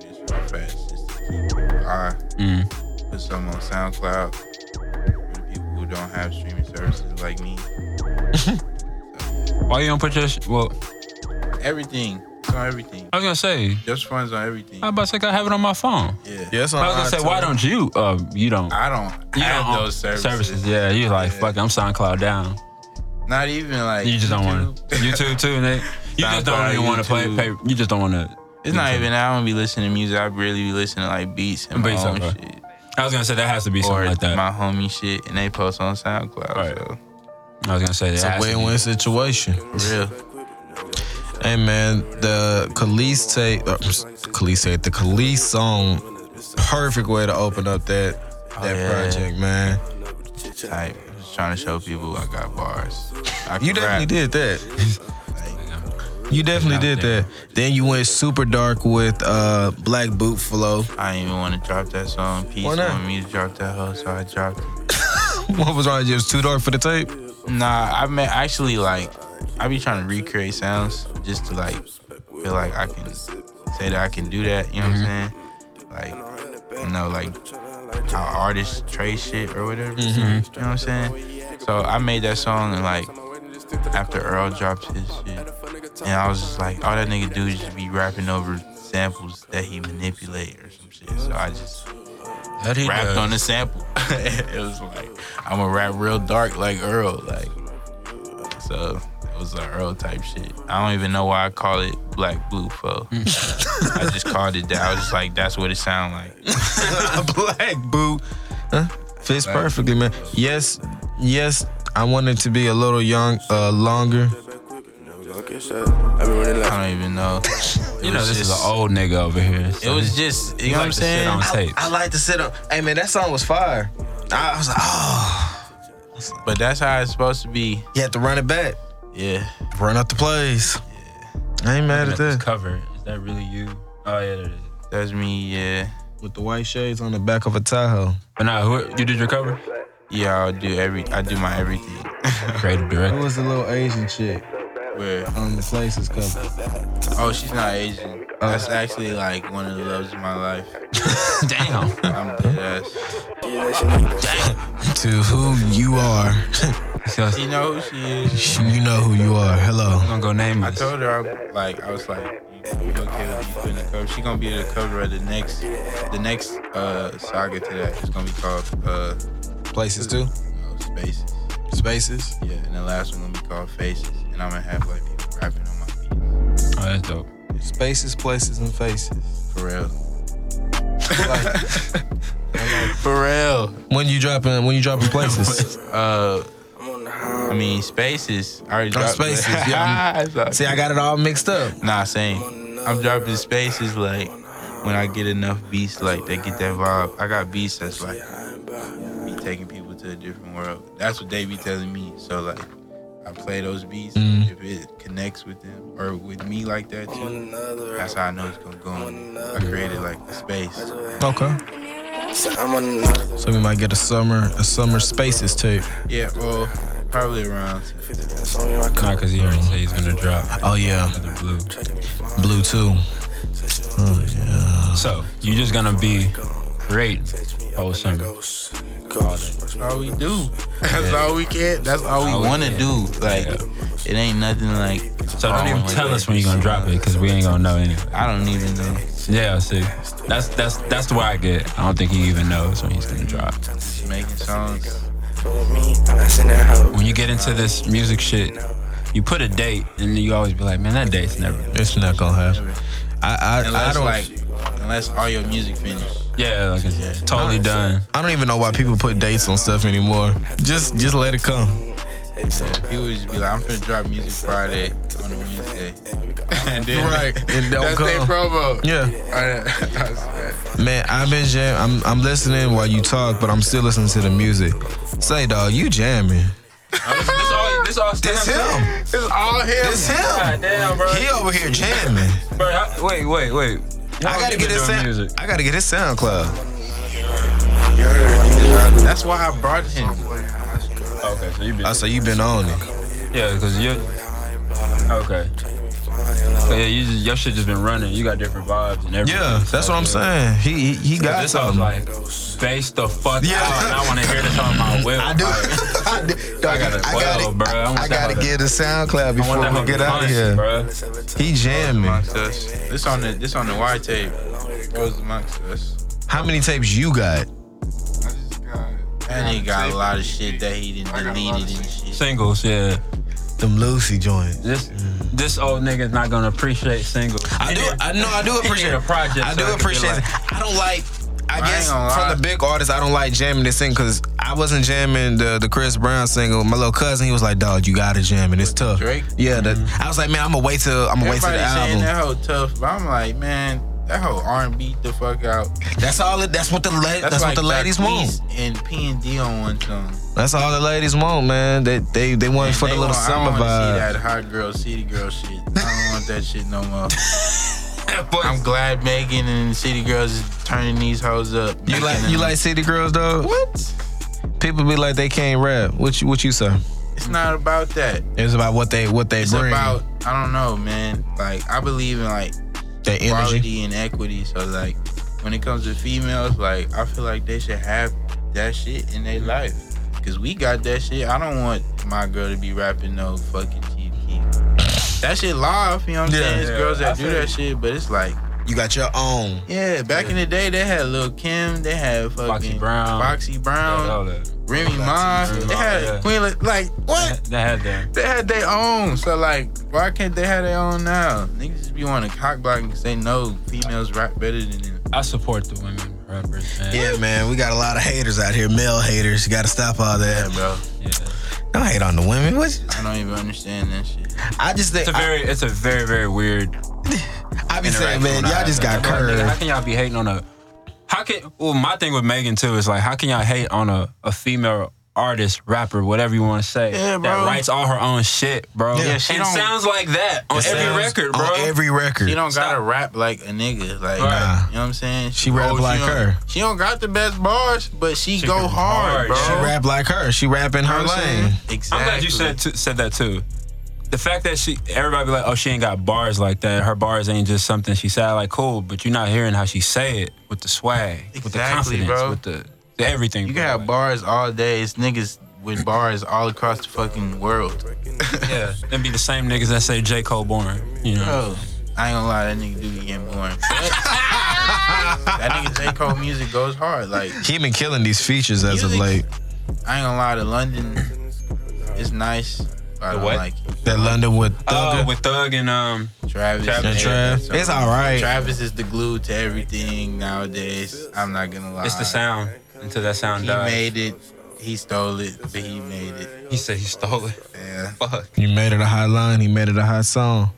S1: just do this real fast just to keep people eye.
S3: Mm.
S1: Put something on SoundCloud for the people who don't have streaming services like me.
S3: Why you don't put your sh- well?
S1: Everything. It's on everything.
S3: I was gonna say.
S1: Just funds on everything.
S3: I about to say I have it on my phone.
S1: Yeah.
S2: Yeah, that's on
S3: I was gonna say,
S2: iTunes.
S3: why don't you? Uh, you don't.
S1: I don't Uh-huh.
S3: You
S1: have
S3: don't own
S1: those services.
S3: Yeah, you like
S1: Yeah.
S3: fuck. it, I'm SoundCloud down.
S1: Not even like
S3: You just don't want it. YouTube too, Nick. You just don't
S1: SoundCloud,
S3: even want to play.
S1: YouTube.
S3: Pay, you just don't want to.
S1: It's not even. I don't be listening to music. I really be listening to like beats and my
S3: Beats,
S1: own
S3: okay.
S1: shit
S3: I was gonna say that has to be
S1: or
S3: something like that.
S1: my homie shit, and they post on SoundCloud.
S3: Right.
S1: So
S3: I was gonna say
S2: It's
S3: that.
S2: a
S3: Has to be.
S2: win-win situation.
S1: real.
S2: Hey man, the Khalees tape, uh, Khalees tape, the Khalees song, perfect way to open up that
S1: Oh,
S2: that
S1: yeah.
S2: project, man.
S1: Like, I was trying to show people I got bars. I
S2: You
S1: can rap.
S2: definitely did that. You definitely did that. Then you went super dark with uh Black Boot Flow.
S1: I didn't even want to drop that song. Peace
S2: Why not?
S1: wanted me to drop that hoe, so I dropped it.
S2: What was wrong? It was too dark for the tape.
S1: Nah, I mean actually like I be trying to recreate sounds just to like feel like I can say that I can do that. You know what I'm saying? Like you know like how artists trade shit or whatever. You know what I'm saying? So I made that song and like after Earl dropped his shit, and I was just like, all that nigga do is just be rapping over samples that he manipulate or some shit. So I just
S3: That he
S1: rapped
S3: does.
S1: on the sample. it was like I'm gonna rap real dark like Earl, like so it was like Earl type shit. I don't even know why I call it Black Blue Foe. I just called it that. I was just like, that's what it sound like.
S2: Black Boot huh? fits perfectly, man. Yes, yes. I wanted to be a little young, uh, longer.
S1: I don't even know. It
S3: You know,
S1: was
S3: this is
S1: just-
S3: an old nigga over here.
S1: It was just, you know what I'm
S3: like to sit
S1: saying?
S3: on
S2: I-
S3: tapes.
S2: I, like to sit up. Hey man, that song was fire. I, I was like, oh,
S1: But that's how it's supposed to be.
S2: you have to run it back,
S1: Yeah.
S2: run up the plays. I ain't mad at
S3: this
S2: that.
S3: cover. Is that really you? Oh yeah, that is.
S1: That's me, yeah.
S2: With the white shades on the back of a Tahoe.
S3: But nah, who you did your cover?
S1: Yeah, I'll do every, I do my everything.
S3: Creative director.
S2: was the little Asian chick
S1: Where,
S2: on the Places cover?
S1: oh, she's not Asian. That's actually like one of the loves of my life.
S3: Damn.
S1: I'm dead ass.
S2: To who you are,
S3: So,
S1: You
S3: I'm
S1: know who she is.
S2: you know who you are. Hello.
S3: gonna go name
S1: I
S3: this.
S1: told her, I, like, I was like, you, you okay with you putting the cover? She gonna be the cover of the next, the next uh saga to that. It's gonna be called uh
S2: Places too.
S1: you know, Spaces.
S2: Spaces.
S1: Yeah, and the last one gonna be called Faces. And I'm gonna have like people rapping on my beat.
S3: Oh, that's dope.
S2: Spaces, places, and faces.
S1: For real. For real.
S2: When you dropping? When you dropping places?
S1: Uh, I mean Spaces. I already
S2: Oh,
S1: dropped
S2: Spaces, yeah, See, I got it all mixed up.
S1: Nah, same. I'm dropping spaces like when I get enough beats like that get that vibe. I got beats that's like be taking people to a different world. That's what they be telling me. So like, I play those beats.
S3: Mm-hmm.
S1: If it connects with them or with me like that too, that's how I know it's gonna go. On. I created like the space.
S2: Okay. So we might get a summer a summer spaces tape.
S1: Yeah, well, probably around.
S3: Nah, cause he already said he's gonna drop
S2: Oh yeah,
S3: the blue.
S2: blue too. Oh yeah.
S3: So you just gonna be great whole summer.
S1: That's all we do. That's all we can. That's all we want to do. Like, it ain't nothing like.
S3: So don't even tell us when you're gonna drop it, cause we ain't gonna know anyway.
S1: I don't even know.
S3: Yeah, see, that's that's that's the way I get. I don't think he even knows when he's gonna drop.
S1: Just making songs.
S3: When you get into this music shit, you put a date, and you always be like, man, that date's never.
S2: It's not gonna happen. I I, I
S1: Unless
S2: don't
S1: like, unless all your music finished.
S3: Yeah, like it's totally done.
S2: I don't even know why people put dates on stuff anymore. Just just let it come.
S1: People would just be like, I'm finna drop music Friday on a Wednesday. and then,
S2: Right, it don't
S1: that's their
S2: come.
S1: promo.
S2: Yeah.
S1: Yeah.
S2: Man, I've been jam. I'm I'm listening while you talk, but I'm still listening to the music. Say, dog, you jamming?
S3: This all, this all
S2: It's him.
S1: it's all him.
S2: It's him.
S3: damn, bro.
S2: He over here jamming.
S3: Bro, how- wait, wait, wait.
S2: I gotta get his sound. I gotta get his SoundCloud.
S1: That's why I brought him.
S3: Okay, so you been.
S2: I say you been on it.
S3: Yeah, because you. Okay. So yeah, you just, your shit just been running. You got different vibes and everything.
S2: Yeah, that's what I'm saying. He he, he
S3: Yeah,
S2: got
S3: this I was
S2: something.
S3: like, face the fuck
S2: Yeah.
S3: out. And I want to hear this on my will.
S2: I do.
S3: Like,
S2: I do. Dog, I
S3: gotta-
S2: gotta, I gotta,
S3: well, bruh, I want that hoe to-
S2: get the SoundCloud
S3: I
S2: before
S3: want that
S2: we
S3: hoe
S2: get out of
S3: punched,
S2: here.
S3: bro.
S2: He jamming.
S1: Amongst us. This on the this on the wide tape. Goes amongst us.
S2: How many tapes you got?
S1: And he got a lot of shit that he didn't deleted and shit.
S3: Singles, yeah.
S2: Them Lucy joints.
S3: This this old nigga's not gonna appreciate singles.
S2: I do. I know. I do appreciate.
S3: need a project
S2: I
S3: so
S2: do
S3: it could be
S2: appreciate.
S3: like-
S2: it. I don't like. I,
S1: ain't
S2: guess
S1: gonna
S2: from
S1: lie.
S2: the big artists, I don't like jamming this thing because I wasn't jamming the, the Chris Brown single. My little cousin, he was like, "Dog, you gotta jam it. It's tough."
S1: Drake? Mm-hmm.
S2: Yeah. The, I was like, "Man, I'm gonna wait till I'm gonna wait till the
S1: Everybody saying
S2: album."
S1: that whole tough, but I'm like, man, that whole R&B the fuck out.
S2: That's all. It, that's what the la- that's, what
S1: like
S2: the ladies want.
S1: Tyrese And P and D on one song.
S2: That's all the ladies want, man. They they they want it for the
S1: They
S2: little
S1: want-
S2: summer
S1: I don't wanna
S2: vibe.
S1: See that hot girl, city girl shit. I don't want that shit no more.
S3: But
S1: I'm glad Megan and City Girls is turning these hoes up.
S2: You
S1: making
S2: like
S1: them-
S2: you like city girls though. What? People be like they can't rap. What you what you say?
S1: It's not about that.
S2: It's about what they what they
S1: It's
S2: bring.
S1: about I don't know, man. Like I believe in like
S2: their energy.
S1: quality and equity. So like when it comes to females, like I feel like they should have that shit in their life. Cause we got that shit. I don't want my girl to be rapping no fucking cheap key. That shit live, you know what I'm
S2: Yeah,
S1: saying? It's
S3: yeah,
S1: girls
S3: I
S1: that do
S3: feel you.
S1: that shit, but it's like
S2: You got your own.
S1: Yeah, back in the day, they had Lil Kim, they had fucking
S3: Foxy Brown.
S1: Foxy
S3: Yeah, all
S1: Brown,
S3: that.
S1: Remy Ma,
S3: Remy
S1: they
S3: Ma,
S1: had
S3: yeah.
S1: Queen, Li- like what?
S3: That that had that.
S1: They had their own, so like, why can't they have their own now? Niggas just be wanting to cock block because they know females rap better than them.
S3: I support the women rappers, man.
S2: Yeah, man, we got a lot of haters out here, male haters. You got to stop all that.
S1: bro.
S3: Yeah.
S2: Don't hate on the women. What?
S1: I don't even understand that shit.
S2: I just think
S3: It's a very, it's a very, very weird.
S2: I, I be saying, man, y'all just got
S3: Bro, nigga, How
S2: curved.
S3: can y'all be hating on a? How can? Well, my thing with Megan too is like, how can y'all hate on a, a female artist, rapper, whatever you want to say,
S1: Yeah, bro.
S3: that writes all her own shit, bro?
S2: Yeah,
S1: she
S3: and
S1: don't-
S3: sounds like that on every
S2: Sounds
S3: record, bro.
S2: On every record.
S1: She don't
S3: Stop.
S1: gotta rap like a nigga, like
S3: Right.
S1: you know what I'm saying.
S2: She rap like
S1: don't-
S2: her.
S1: She don't got the best bars, but she,
S3: She
S1: go
S3: go
S1: hard,
S3: hard.
S1: bro.
S3: She
S2: She rap like her. She rap in her
S1: You know what I'm
S2: lane.
S1: saying? Exactly.
S3: I'm glad you said t- said that too. The fact that she, everybody be like, oh, she ain't got bars like that. Her bars ain't just something she said. Like, cool, but you're not hearing how she say it with the swag, with the
S1: Exactly,
S3: confidence,
S1: bro.
S3: with the, the everything.
S1: You
S3: bro.
S1: can have
S3: Like,
S1: bars all day. It's niggas with bars all across the fucking world.
S3: Yeah, and be the same niggas that say J Cole born. You know,
S1: Bro, I ain't gonna lie, that nigga do be getting boring. that nigga J. Cole music goes hard. Like,
S2: He been killing these features as of
S1: Music-
S2: late.
S1: I ain't gonna lie, the London is nice. But I
S3: The
S1: don't
S3: what?
S1: like it.
S2: That London with Thugger.
S3: uh, with Thug and um,
S1: Travis.
S3: Travis.
S1: Oh, yeah, that's
S2: Trav.
S1: all.
S2: It's all right.
S1: Travis is the glue to everything nowadays. I'm not gonna lie.
S3: it's the sound until that sound
S1: He
S3: dies.
S1: made it. He stole it, but he made it.
S3: he said he stole it.
S1: Yeah.
S3: Fuck.
S2: You made it a hot line. He made it a hot song.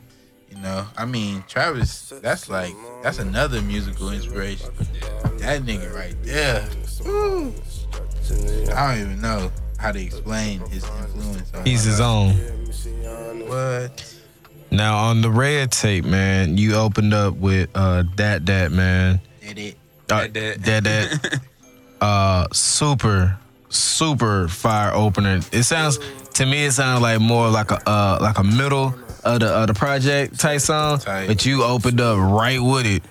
S1: You know, I mean, Travis, that's like, that's another musical inspiration. That nigga right there. I don't even know how to explain his influence. On
S2: He's his own.
S1: what?
S2: Now on the red tape, man, you opened up with uh that that man.
S1: Did it?
S2: Uh,
S3: That
S2: that
S3: That.
S2: that uh super super fire opener. It sounds to me it sounds like more like a uh like a middle of the of the project type song.
S1: Tight.
S2: But you opened up right with it.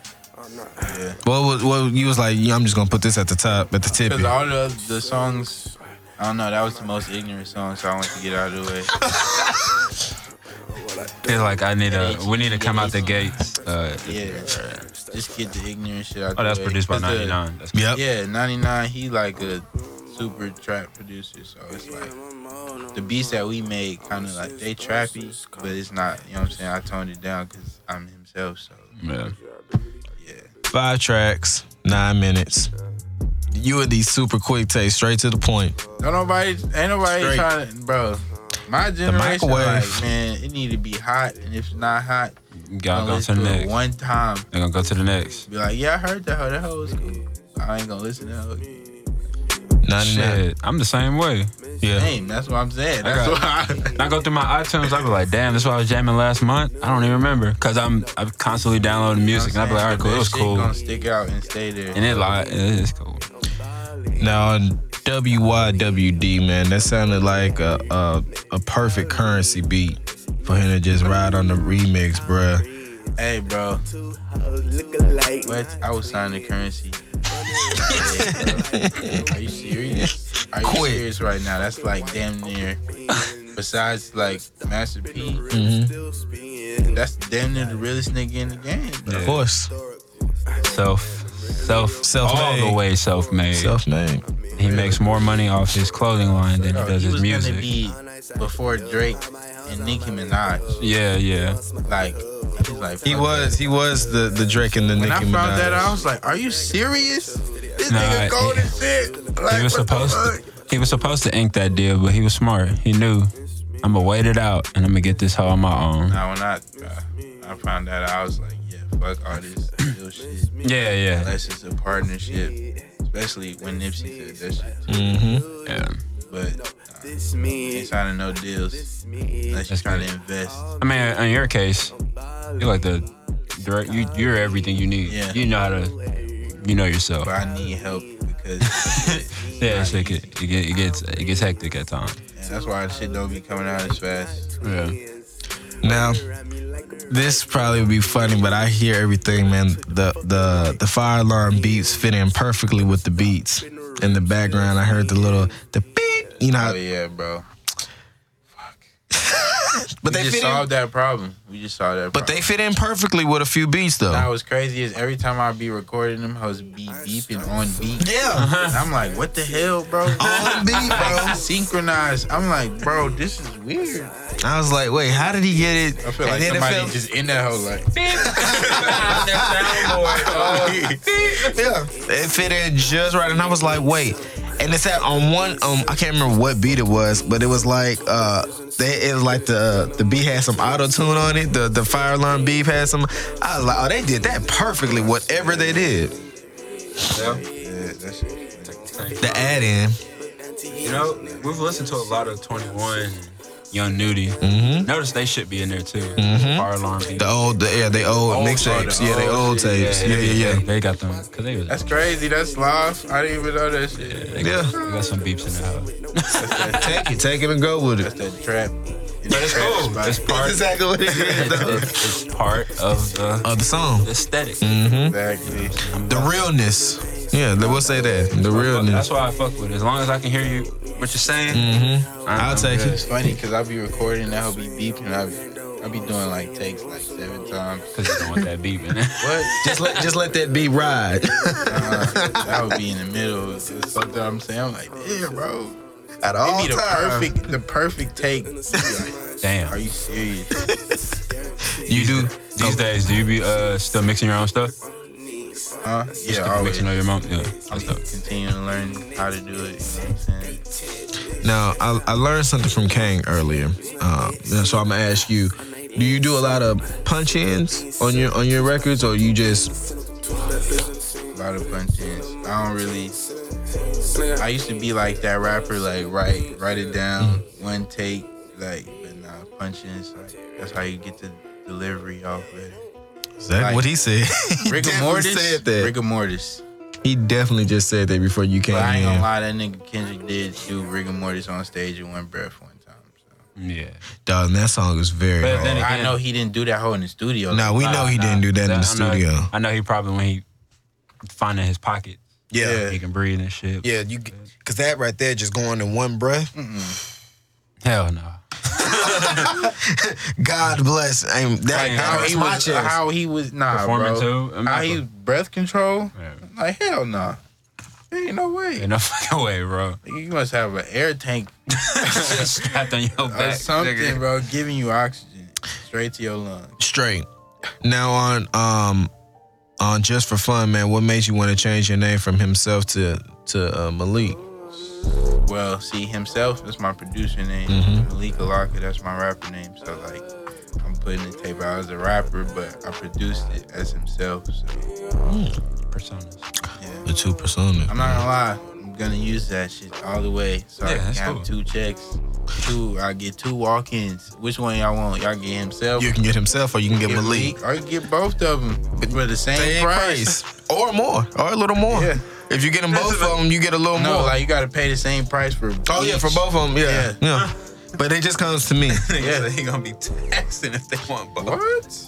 S1: Yeah.
S2: What was what you was like, yeah, I'm just gonna put this at the top at the tip.
S1: Because all of the songs, I don't know. That was the most ignorant song, so I want to get out of the way.
S3: Feel like I need a. We need to come out the gates. Uh,
S1: Yeah. Just get the ignorant shit out.
S3: oh, that's
S1: the way.
S3: produced by
S1: 'Cause the-
S3: 99. That's
S2: Yep.
S1: Yeah, 99, he like a super trap producer, so it's like the beats that we made kind of like they trappy, but it's not, you know what I'm saying? I toned it down cuz I'm himself, so
S3: Yeah.
S1: yeah.
S2: Five tracks, nine minutes. You and these super quick takes, straight to the point.
S1: Don't nobody ain't nobody
S2: Straight.
S1: trying to, bro. My generation
S2: microwave.
S1: like, man, it need to be hot and if it's not hot,
S3: Gotta go
S1: let's
S3: to the
S1: do it
S3: next.
S1: one time.
S3: They're gonna go to the next.
S1: Be like, "Yeah, I heard that. hoe. That hoe was cool." I ain't gonna listen to her.
S2: Ninety nine.
S3: Shit, I'm the same way.
S2: Yeah.
S1: Damn, that's what I'm saying.
S3: I
S1: That's
S3: got-
S1: why.
S3: When I go through my iTunes, I be like, damn, that's why I was jamming last month. I don't even remember because I'm I'm constantly downloading music, and I be like, all right, cool, it was cool,
S1: Gonna stick out and stay there.
S3: and it like it's cool.
S2: Now on WYWD, man, that sounded like a, a a perfect currency beat for him to just ride on the remix, bruh.
S1: Hey, bro. What? I was signing the currency. Hey, bro. Are you serious? Are you
S2: Quit.
S1: serious right now? That's like damn near. Besides, like Master P, Mm-hmm. that's damn near the realest nigga in the game. Bro.
S2: Of course.
S3: Self, self, self, all
S2: Self-made.
S3: the way self-made.
S2: Self name.
S3: He makes more money off his clothing line than he
S1: Bro,
S3: does
S1: he
S3: his
S1: was
S3: music.
S1: gonna be before Drake and Nicki Minaj.
S3: yeah, yeah.
S1: Like, he's like
S2: He
S1: fuck
S2: was he was the the Drake and the
S1: When I
S2: Nicki
S1: found
S2: Minaj.
S1: that out, I was like, "Are you serious? This
S3: Nah,
S1: nigga gold
S3: he-
S1: as shit." Like,
S3: He was
S1: what the
S3: supposed
S1: fuck?
S3: to, he was supposed to ink that deal, but he was smart. He knew I'm gonna wait it out and I'm gonna get this hoe on my own.
S1: Nah, when I uh, I found that out, I was like, yeah, fuck all this real shit.
S3: Yeah, yeah,
S1: Unless it's a partnership, especially when Nipsey said that shit. too.
S2: Mm-hmm.
S3: yeah.
S1: But uh, ain't signing no deals unless you're
S3: That's
S1: trying
S3: good.
S1: to invest.
S3: I mean, in your case, you're like the direct. You, you're everything you need.
S1: Yeah.
S3: You know how to. You know yourself.
S1: But I need help because
S3: Yeah, shit get, it, get, it gets it gets hectic at times.
S1: and that's why the shit don't be coming out as fast.
S3: Yeah.
S2: Now, this probably would be funny, but I hear everything, man. The the the fire alarm beats fit in perfectly with the beats in the background. I heard the little the beep, you know,
S1: Oh
S2: how-
S1: yeah, bro.
S2: but
S1: We
S2: they
S1: just
S2: fit in,
S1: solved that problem. We just solved that.
S2: but
S1: problem.
S2: they fit in perfectly with a few beats
S1: Now
S2: though.
S1: what's crazy is every time I be recording them, hoes be beeping on beat.
S2: Yeah,
S1: And I'm like, what the hell, bro?
S2: on beat, bro.
S1: Synchronized. I'm like, bro, this is weird.
S2: I was like, wait, how did he get it?
S1: I feel
S2: And
S1: like
S2: then it
S1: somebody
S2: felt-
S1: just in that hole, like,
S3: Oh,
S2: Yeah, it fit in just right, and I was like, wait. And it's that on one, um, I can't remember what beat it was, but it was like, uh, they, it was like the the beat had some auto tune on it. The the fire alarm beat had some. I was like, oh, they did that perfectly. Whatever they did,
S1: yeah, that shit.
S2: the add in.
S3: You know, we've listened to a lot of 21, Young Nudie. Notice they should be in there too. Fire alarm.
S2: The old, the, yeah, they old,
S1: Old
S2: mixtapes,
S1: shit,
S2: yeah, they
S1: old
S2: old
S1: shit,
S2: tapes, yeah, yeah, yeah.
S3: They got them. Cause they, was,
S1: That's crazy. That's live. I didn't even know that shit.
S3: they,
S2: Yeah.
S3: got, they got some beeps in the house.
S2: Take it, take it, and go with
S1: That's
S2: it.
S1: that trap.
S3: But it's cool. It's
S2: That's
S3: part.
S2: exactly what it is. Uh, though.
S3: It's, it's part of the
S2: Of the song,
S3: aesthetic.
S2: mm,
S1: Exactly.
S2: the realness. Yeah, they- we'll say that, the realness.
S3: That's why I fuck with it. As long as I can hear you, what you're saying,
S2: Mm-hmm.
S3: I'm-
S2: I'll
S3: I'm
S2: take
S3: good.
S2: it.
S1: It's funny because I'll be recording, I'll be beeping, I'll be, I'll be doing like takes like seven times.
S3: Cause you don't want that beep in there.
S1: What?
S2: Just let just let that beat ride.
S1: I would be in the middle. It's just something I'm saying. I'm like, damn, bro.
S2: At all
S1: Be the
S2: times.
S1: perfect, the perfect take. Like,
S3: Damn.
S1: Are you serious?
S2: You do.
S3: These days, do you be uh still mixing your own stuff?
S1: Huh?
S3: Still
S1: Yeah, always.
S3: mixing all your own. Yeah,
S1: I'm
S3: that's dope.
S1: continuing to learn how to do it. You know what I'm saying?
S2: Now I, I learned something from Kang earlier, um, and so I'm gonna ask you: Do you do a lot of punch ins on your on your records, or you just
S1: A lot of punch ins. I don't really I used to be like that rapper, like write write it down,
S3: Mm.
S1: one take, like but nah, punching. It's like, that's how you get the delivery off better.
S2: Is that
S1: Like-
S2: what he said? He
S1: Rigor
S2: definitely
S1: mortis.
S2: said that.
S1: Rigor mortis.
S2: he definitely just said that before you came
S1: But I ain't
S2: in.
S1: gonna lie, that nigga Kendrick did do rigor mortis on stage in one breath one time. So.
S3: Yeah.
S2: Dog, and that song is very
S3: But
S2: hard.
S3: then
S1: I
S3: Again.
S1: know he didn't do that whole in the studio.
S2: nah, we
S3: Nah,
S2: know he
S3: nah.
S2: didn't do that in the
S3: I know-
S2: studio.
S3: I know he probably when he finding his pocket,
S1: Yeah.
S3: he can breathe and shit.
S5: Yeah, you because that right there just going in one breath.
S2: Mm.
S3: Hell no.
S2: God bless. I'm, that,
S3: Like,
S2: that
S1: how
S2: hurts
S1: he
S2: my
S1: was,
S2: chest.
S1: how he was, nah,
S3: Performing
S1: bro.
S3: too? I'm
S1: How
S3: not
S1: he
S3: gonna-
S1: breath control?
S3: Yeah.
S1: Like hell nah. There ain't no way.
S3: Ain't no fucking way, bro.
S1: You must have an air tank
S3: Strapped on your
S1: or
S3: back.
S1: something,
S3: nigga.
S1: bro, giving you oxygen straight to your lungs.
S2: Straight. Now on um on just for fun, man. What made you want to change your name from himself to to uh, Malik?
S1: Well, see, himself is my producer name.
S2: Mm-hmm.
S1: Malik Alaka, that's my rapper name. So, like, I'm putting the tape out as a rapper, but I produced it as himself. So,
S3: Personas.
S1: yeah.
S2: The two personas.
S1: I'm not gonna lie, I'm gonna use that shit all the way. So,
S3: Yeah,
S1: I can
S3: that's
S1: have
S3: cool.
S1: two checks. Two, I get two walk ins. Which one y'all want? Y'all get himself?
S2: you can get himself or you can get,
S1: get
S2: Malik.
S1: Or you get both of them for the same, price.
S2: or more, or a little more.
S1: Yeah.
S2: If you get them both of them, you get a little
S1: No,
S2: more.
S1: like, you gotta pay the same price for
S2: oh yeah,
S1: each.
S2: for both of them, yeah, yeah. But it just comes to me.
S1: Yeah.
S3: they gonna be taxing if they want both.
S1: What?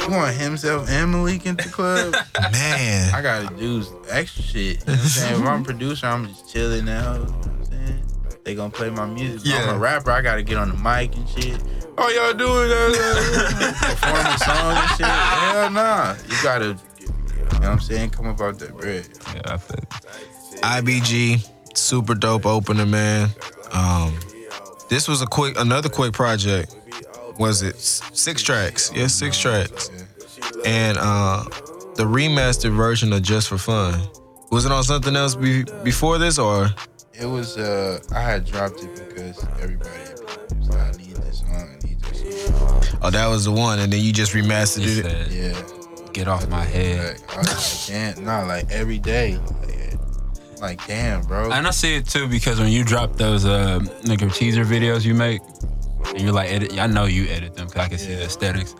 S1: You want himself and Malik in the club?
S2: Man,
S1: I gotta do extra shit. You know what I'm saying? If I'm a producer, I'm just chilling now. You know what I'm saying? They gonna play my music. If I'm
S2: Yeah.
S1: a rapper, I gotta get on the mic and shit. Oh, y'all doing that? Perform a song and shit. Hell nah. You gotta, you know what I'm saying? Come up out that bread.
S3: Yeah, I feel it.
S2: IBG, super dope opener, man. Um, this was a quick, another quick project. Was it S- six tracks? Yeah, six tracks. And uh, the remastered version of Just for Fun. Was it on something else be- before this, or
S1: It was, uh, I had dropped it because everybody was like, I need this song, I need this song.
S2: oh, that was the one, and then you just remastered
S3: He
S2: it?
S3: said,
S1: Yeah.
S3: Get off my head.
S1: Like, I was like, damn, nah, like every day. Like, like, damn, bro.
S3: And I see it too because when you drop those uh nigga teaser videos you make, and you're like edit. I know you edit them because I can see the aesthetics.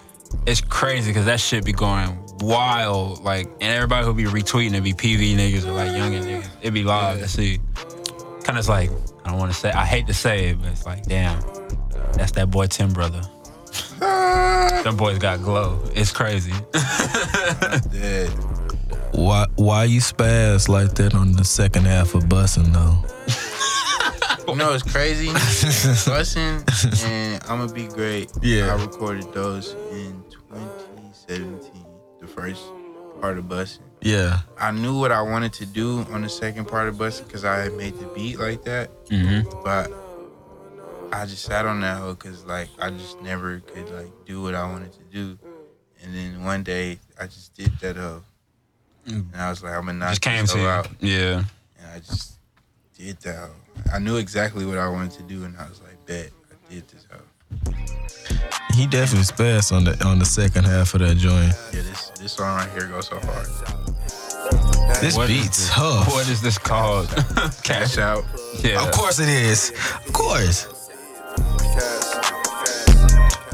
S3: It's crazy because that shit be going wild. Like, and everybody who be retweeting it be PV niggas or like youngin niggas. It be live to see. Kind of like I don't want to say. I hate to say it, but it's like damn, that's that boy Tim brother. Them boys got glow. It's crazy.
S1: Dead.
S2: Why why you spaz like that on the second half of bussin' though?
S1: You know it's crazy? Bussin' and I'ma be great.
S2: Yeah.
S1: I recorded those in 2017, the first part of Bussin'.
S2: Yeah.
S1: I knew what I wanted to do on the second part of Bussin' because I had made the beat like that,
S3: Mm-hmm.
S1: but I just sat on that hoe because like I just never could like do what I wanted to do. And then one day I just did that hoe. And I was like, I'm gonna knock
S3: Mm. Just came
S1: this
S3: to
S1: hoe out.
S3: you. Yeah.
S1: And I just did that. hoe. I knew exactly what I wanted to do, and I was like, bet, I did this. Hoe.
S2: He definitely spazzed on the on the second half of that joint.
S1: Yeah, this this song right here goes so hard.
S2: This
S3: What is
S2: beat's
S3: this?
S2: tough.
S3: What is this called?
S1: Cash
S3: Cash.
S1: out.
S3: Yeah.
S2: Of course it is. Of course.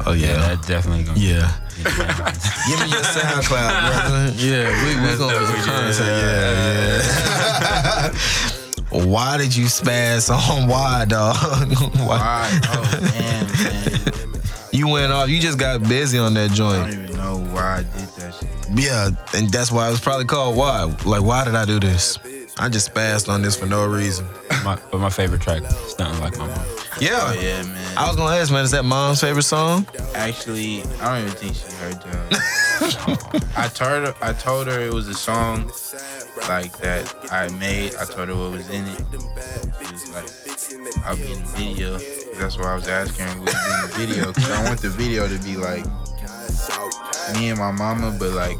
S2: Oh
S3: Yeah,
S2: yeah.
S3: that definitely gonna
S2: Yeah.
S3: yeah.
S2: Give me your SoundCloud, brother. Yeah, we we gonna be content. Yeah, yeah. Why did you spaz on why, dog? why?
S1: Why? Oh man, man.
S2: You went off. You just got busy on that
S1: I
S2: joint.
S1: don't even know why I did that shit.
S2: Yeah, and that's why it was probably called why. Like, why did I do this? I just spazzed on this for no reason.
S3: my, but my favorite track, Stunting Like My Mom.
S1: Oh
S2: Yeah.
S1: yeah, man.
S2: I was gonna ask, man, is that mom's favorite song?
S1: Actually, I don't even think she heard that. I told her, I told her it was a song like that I made. I told her what was in it. She was like, "I'll be in the video." That's why I was asking her what was in the video because I want the video to be like me and my mama, but like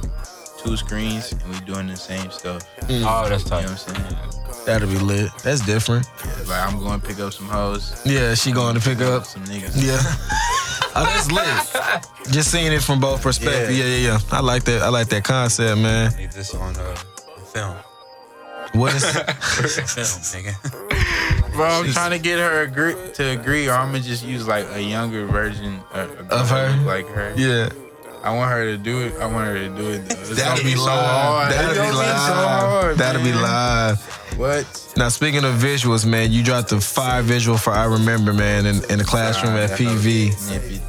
S1: two screens and we doing the same stuff.
S3: Oh, that's
S1: You
S3: tight.
S1: know what I'm saying?
S2: That'll be lit. That's different.
S1: Like I'm going to pick up some hoes,
S2: Yeah, she going to pick up.
S1: some niggas.
S2: Yeah. Oh, that's lit. Just seeing it from both perspectives. Yeah. yeah, yeah, I like that. I like that concept, man.
S3: Need this on uh, film.
S2: What is?
S3: Film, nigga.
S1: Bro, I'm trying to get her agree, to agree, or I'm gonna just use like a younger version uh, of,
S2: Of her?
S1: like her.
S2: yeah.
S1: I want her to do it. I want her to do it. though. It's
S2: That'd
S1: gonna be,
S2: be
S1: so
S2: live.
S1: hard.
S2: That'd
S1: It's
S2: be
S1: gonna so
S2: live.
S1: hard,
S2: That'd be
S1: man.
S2: live.
S1: What?
S2: Now speaking of visuals, man, you dropped the fire visual for I Remember, man, in, in the classroom
S1: Nah,
S2: at
S1: that's not-
S2: PV.
S1: if it-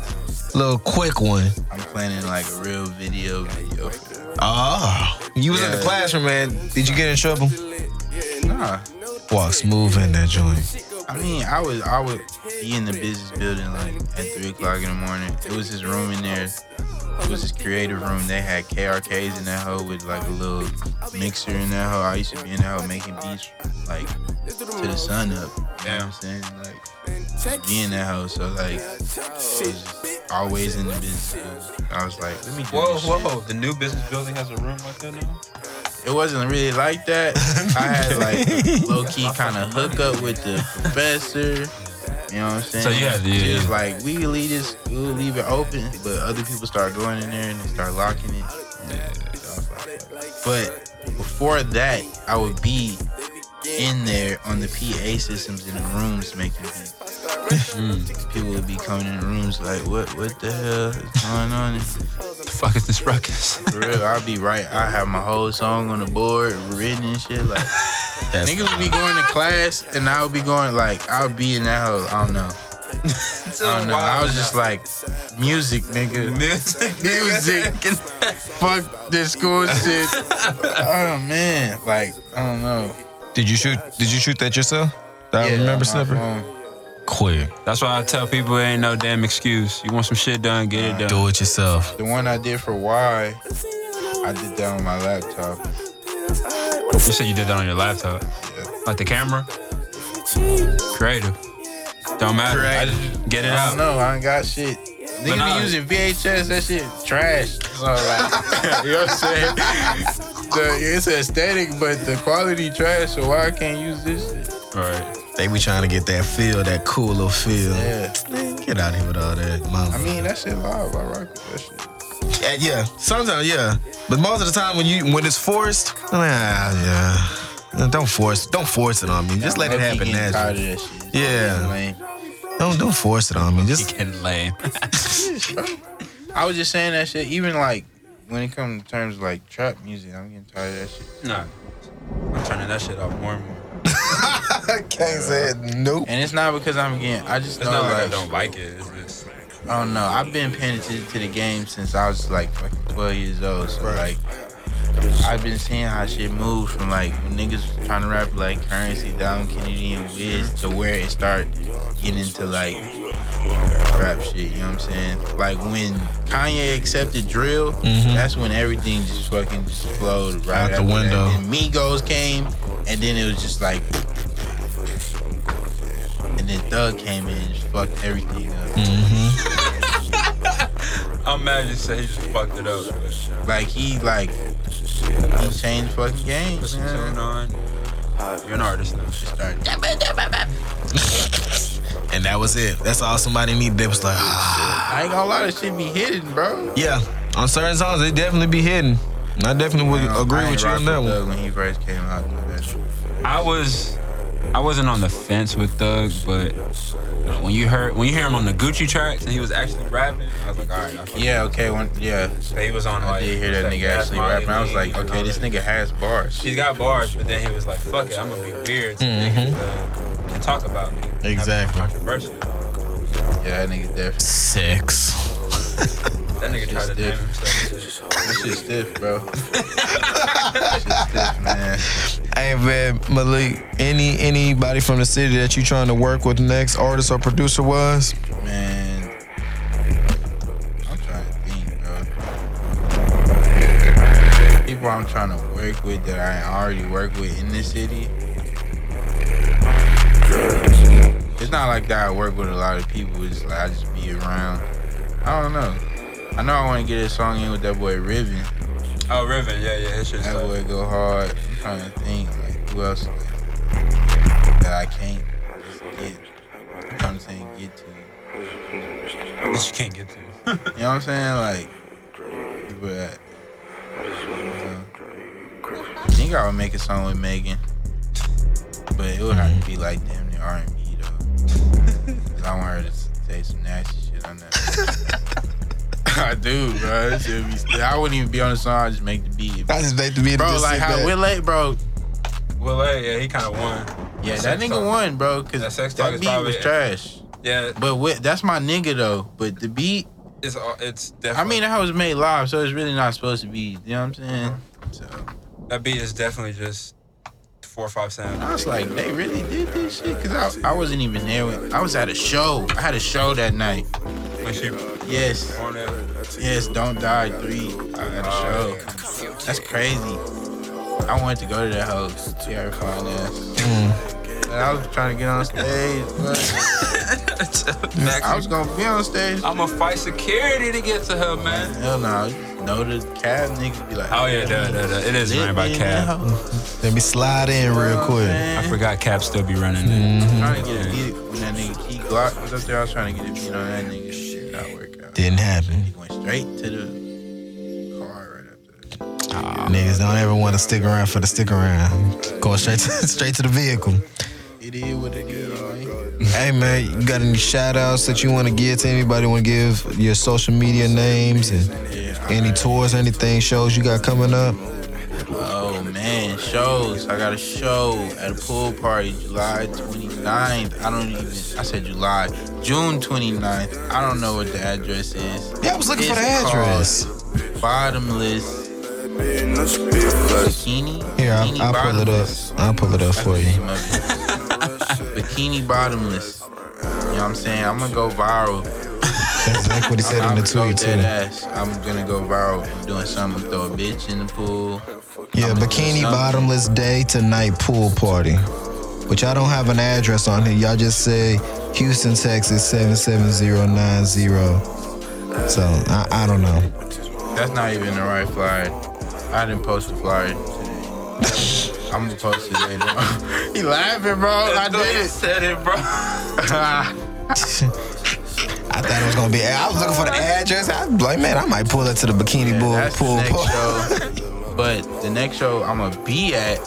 S2: Little quick one.
S1: I'm planning like a real video video.
S2: Oh, you was in the
S1: Ah. Yeah.
S2: classroom, man. Did you get in trouble?
S1: Nah,
S2: Walk smooth in that joint.
S1: I mean, I would I would be in the business building like at three o'clock in the morning. It was this room in there. It was this creative room. They had KRKs in that hoe with like a little mixer in that hoe. I used to be in that hoe making beats like to the sun up. You know what I'm saying? Like be in that hoe. So like I was just always in the business. Building. I was like, let me do
S3: Whoa,
S1: this shit.
S3: whoa. The new business building has a room like that now?
S1: It wasn't really like that. I had like low key kind of hook up with the professor. You know what I'm saying?
S3: So you had to-
S1: She was
S3: yeah.
S1: like, we could leave this, we would leave it open, but other people start going in there and they start locking it. So I was like, But before that, I would be in there on the PA systems in the rooms making beats.
S3: Hmm.
S1: People would be coming in the rooms like, what, what the hell is going on?
S3: The fuck is this ruckus?
S1: For real, I'll be right. I have my whole song on the board, written and shit. Like niggas would be going to class, and I would be going like I'll be in that hole. I don't know. I don't know. I was just like, music, nigga.
S3: Music.
S1: Music. Fuck this school shit. oh man, like I don't know.
S2: Did you shoot? Did you shoot that yourself? Do I
S1: Yeah, my
S2: remember snipper?
S1: phone.
S2: Quick,
S3: That's why I tell people it ain't no damn excuse. You want some shit done, get it done.
S2: do it yourself.
S1: The one I did for Y, I did that on my laptop.
S3: You said you did that on your laptop. Like the camera? Creative. Don't matter. I just- Get it
S1: I don't
S3: out.
S1: know. I ain't got shit. Niggas
S3: nah.
S1: be using VHS. That shit trash. So like, you know what I'm saying? The, it's aesthetic, but the quality trash. So why I can't use this? Shit?
S3: Right.
S2: They be trying to get that feel, that cool little feel.
S1: Yeah.
S2: Get out of here with all that, mama.
S1: I mean, uh, that shit live. I rock with that shit.
S2: Yeah, yeah, sometimes, yeah. But most of the time, when you when it's forced, I'm like, ah, yeah. Don't force, don't force it on me. Just let it
S1: Low-key
S2: happen
S1: getting Tired
S2: naturally.
S1: of that shit.
S2: Yeah.
S1: Lame.
S2: Don't don't force it on me. Just
S3: Getting lame.
S1: I was just saying that shit. Even like when it comes to terms of, like trap music, I'm getting tired of that shit.
S3: nah. I'm turning that shit off more and more.
S2: I can't say it. Nope.
S1: And it's not because I'm getting. I just
S3: It's
S1: know
S3: not like I
S1: like
S3: don't like it. It's just
S1: I don't know. I've been paying attention to the game since I was like fucking 12 years old. So like, I've been seeing how shit moves from like when niggas trying to rap like Currency, Dom Kennedy, and Wiz to where it start getting into like rap shit. You know what I'm saying? Like when Kanye accepted drill, that's when everything just fucking just flowed right
S2: Mm-hmm. Out the
S1: after that.
S2: window.
S1: Then Migos came, and then it was just like. And then Thug came in and just fucked everything up.
S3: I'm mad you said he just fucked it up.
S1: Like he like he changed fucking
S3: Put
S1: games.
S3: some
S1: man.
S3: tune on. You're an artist now.
S2: And that was it. That's all somebody needed. They was like, ah.
S1: I ain't gonna lie, that shit be hidden, bro.
S2: Yeah. On certain songs, they definitely be hidden. And I definitely would
S1: Now, I
S2: agree
S1: ain't
S2: with you
S1: rock
S2: on that
S1: with
S2: one.
S1: Thug When he first came out, though, that shit.
S3: I was, I wasn't on the fence with Thug, but when you heard when you hear him on the Gucci tracks and he was actually rapping, I was like, all right. I fuck
S1: yeah, okay, when yeah,
S3: with it. He was on
S1: I
S3: like.
S1: did hear that
S3: like,
S1: nigga
S3: Bad
S1: actually
S3: Bunny
S1: rapping. I was like,
S3: Lean and
S1: okay,
S3: all
S1: this
S3: that.
S1: nigga has bars.
S3: He's got bars, but then he was like, fuck it, I'm gonna be weird. So niggas
S1: Mm-hmm.
S3: uh, can talk about me. Not be
S2: Exactly.
S3: Controversial.
S1: Yeah, that nigga deaf.
S2: Six.
S3: That nigga tried to
S1: Just
S3: name
S1: different.
S3: himself.
S1: That shit stiff, bro. that shit stiff, man.
S2: Hey man, Malik, any anybody from the city that you trying to work with next, artist or producer wise?
S1: Man, I'm trying to think, bro. People I'm trying to work with that I already work with in this city. It's not like that. I work with a lot of people. It's like I just be around. I don't know. I know I want to get a song in with that boy Riven.
S3: Oh, Riven, yeah, yeah, his shit's
S1: That
S3: like,
S1: boy go hard. I'm trying to think like who else like, that I can't just get. I'm trying to think get to.
S3: that you can't get to.
S1: You know what I'm saying? Like, people that. you know. think I would make a song with Megan, but it would have to be like damn near R and B though. 'Cause I want her to say some nasty shit on that. I do, bro. That shit be st- I wouldn't even be on the song. I just make the beat,
S2: I just make the beat.
S1: bro.
S2: just
S1: Like
S2: sit
S1: how
S2: back.
S1: Will A, bro.
S3: Well, hey, yeah, he kind of won.
S1: Yeah, that
S3: Sex
S1: nigga
S3: Talk.
S1: won, bro. Cause
S3: That Sex Talk
S1: that
S3: is
S1: beat was
S3: probably-
S1: trash.
S3: Yeah,
S1: But with, that's my nigga though. But the beat,
S3: it's all- it's
S1: I
S3: definitely.
S1: mean, that was made live, so it's really not supposed to be. You know what I'm saying? So
S3: that beat is definitely just four or five sound.
S1: I was like, they really did this shit because I, I wasn't even there. When, I was at a show. I had a show that night.
S3: When she
S1: Yes,
S3: on there,
S1: yes. Don't die three. I had a show. That's crazy. I wanted to go to that house. Terrifying ass. And I was trying to get on stage. But I was gonna be on stage.
S3: uh, I'm gonna fight security to get to her, man.
S1: Hell no. Know the cab niggas be like,
S3: Oh yeah, duh, duh, duh. it is
S1: lit
S3: ran by
S1: me in
S3: Cap.
S1: the house.
S2: Let me slide in real quick.
S3: I forgot Cap still be running. it.
S1: Trying to get a beat when that nigga Key Glock was up there. I was trying to get a beat on that nigga. Shit, did not work out.
S2: Didn't happen.
S1: He went straight to the car right up there.
S2: Niggas don't ever want to stick around for the stick around. Go straight to, straight to the vehicle.
S1: It is what it is. man.
S2: Hey man, you got any shout outs that you want to give to anybody? Want to give your social media names and
S1: Yeah.
S2: any tours, anything, shows you got coming up?
S1: Oh man, shows. I got a show at a pool party July 29th. I don't even. I said July. June 29th. I don't know what the address is.
S2: Yeah, I was looking for the
S1: It's called
S2: address.
S1: Bottomless Bikini.
S2: Here, I,
S1: Bikini
S2: I'll pull it up.
S1: Bottomless.
S2: I'll pull it up for you.
S1: Bikini bottomless. You know what I'm saying? I'm gonna go viral.
S2: That's like what he said in
S1: I'm
S2: the
S1: gonna go
S2: tweet
S1: dead ass.
S2: too.
S1: I'm gonna go viral for doing something. Throw a bitch in the pool.
S2: Yeah, bikini
S1: Something.
S2: bottomless day tonight pool party. Which I don't have an address on here. Y'all just say Houston, Texas 77090. So I, I don't know.
S1: That's not even the right flyer. I didn't post the flyer today. I'm gonna post it later. he laughing, bro. I did it.
S3: Said it, bro.
S2: I thought it was gonna be. I was looking for the address. I was like, man, I might pull it to the bikini
S1: Yeah,
S2: pool
S1: that's
S2: pool
S1: the next
S2: party.
S1: show. But the next show I'm gonna be at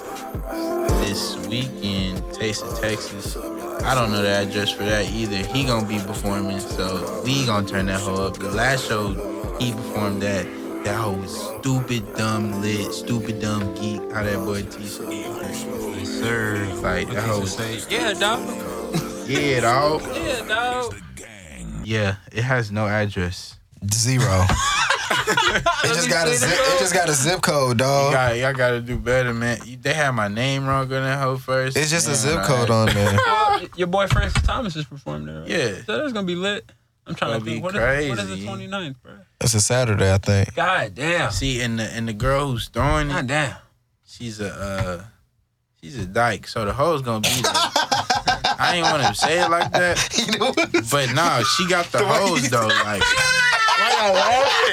S1: this weekend, Taste of Texas. I don't know the address for that either. He gonna be performing, so we gonna turn that hoe up. The last show he performed at, that hoe was stupid, dumb, lit, stupid, dumb geek. How that boy T-shirt.
S3: Sir,
S1: Like, that hoe was
S3: yeah, dog.
S1: yeah, dog.
S3: Yeah, dog.
S1: Yeah, it has no address.
S2: Zero. it just got a zip, it just got a zip code,
S1: Y'all,
S2: dog.
S1: y'all gotta do better, man. They had my name wrong on that hoe first.
S2: It's just a
S1: and
S2: zip
S1: I-
S2: code on there.
S3: Well, your boy Francis Thomas is performing there. Right?
S1: Yeah.
S3: so that's gonna be lit. I'm trying
S1: That'd be
S3: to think. What is, what is
S1: crazy.
S3: the 29th, bro?
S2: It's a Saturday, I think.
S3: God damn.
S1: See, and the and the girl who's throwing
S3: God
S1: it,
S3: damn.
S1: she's a uh, she's a dyke. So the hoe's gonna be. There. I ain't want to say it like that, but nah, she got the hoes though. Like,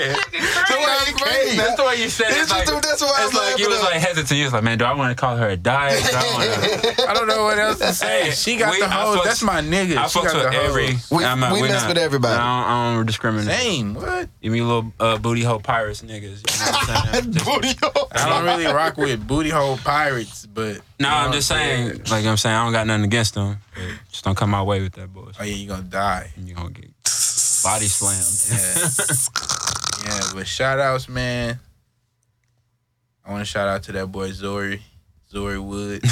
S3: That's the way you said
S2: It's
S3: it. Like,
S2: just- that's why I
S3: it's
S2: was
S3: like
S2: laughing
S3: you was
S2: at-
S3: like hesitant. You was like, man, do I want to call her a diet? Do I want to?
S1: I don't know what else to say. She got
S3: We-
S1: the
S3: I
S1: hoes.
S3: fucks-
S1: That's my nigga.
S3: I
S1: she
S3: fucks
S1: got the
S3: with every.
S1: hoes.
S2: We-
S3: I'm not-
S2: we
S3: we're
S2: mess
S3: not-
S2: with everybody.
S3: I don't, I don't discriminate.
S1: Same. What?
S3: You mean little uh, booty hole pirates, niggas? You know what I'm saying? Just-
S1: I don't really rock with booty hole pirates, but
S3: No,
S1: you know
S3: I'm
S1: what
S3: just saying, like you know what I'm saying, I don't got nothing against them. Just don't come my way with that bullshit.
S1: Oh yeah, you gonna die.
S3: You gonna get body slammed.
S1: Yeah. yeah, but shout outs, man. I want to shout out to that boy Zori, Zori Wood.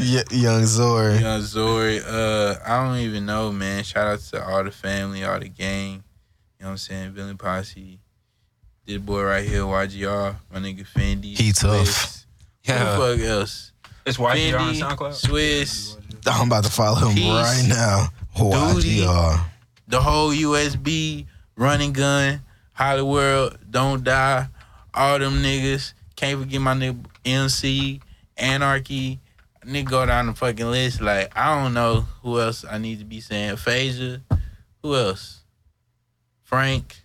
S2: Y- young Zori.
S1: Young Zori, uh, I don't even know, man. Shout out to all the family, all the gang. You know what I'm saying? Villain Posse. This boy right here, YGR, my nigga Fendi.
S2: He tough.
S1: Swiss. Who
S3: Yeah,
S1: the fuck else?
S3: it's YG on
S1: Fendi,
S3: SoundCloud.
S1: Swiss,
S2: I'm about to follow him
S1: Peace.
S2: right now.
S1: Duty.
S2: YGR.
S1: the whole USB, running gun, Hollywood, World, Don't Die, all them niggas. Can't forget my nigga MC, Anarchy. Nigga go down the fucking list. Like, I don't know who else I need to be saying. Phasia. Who else? Frank.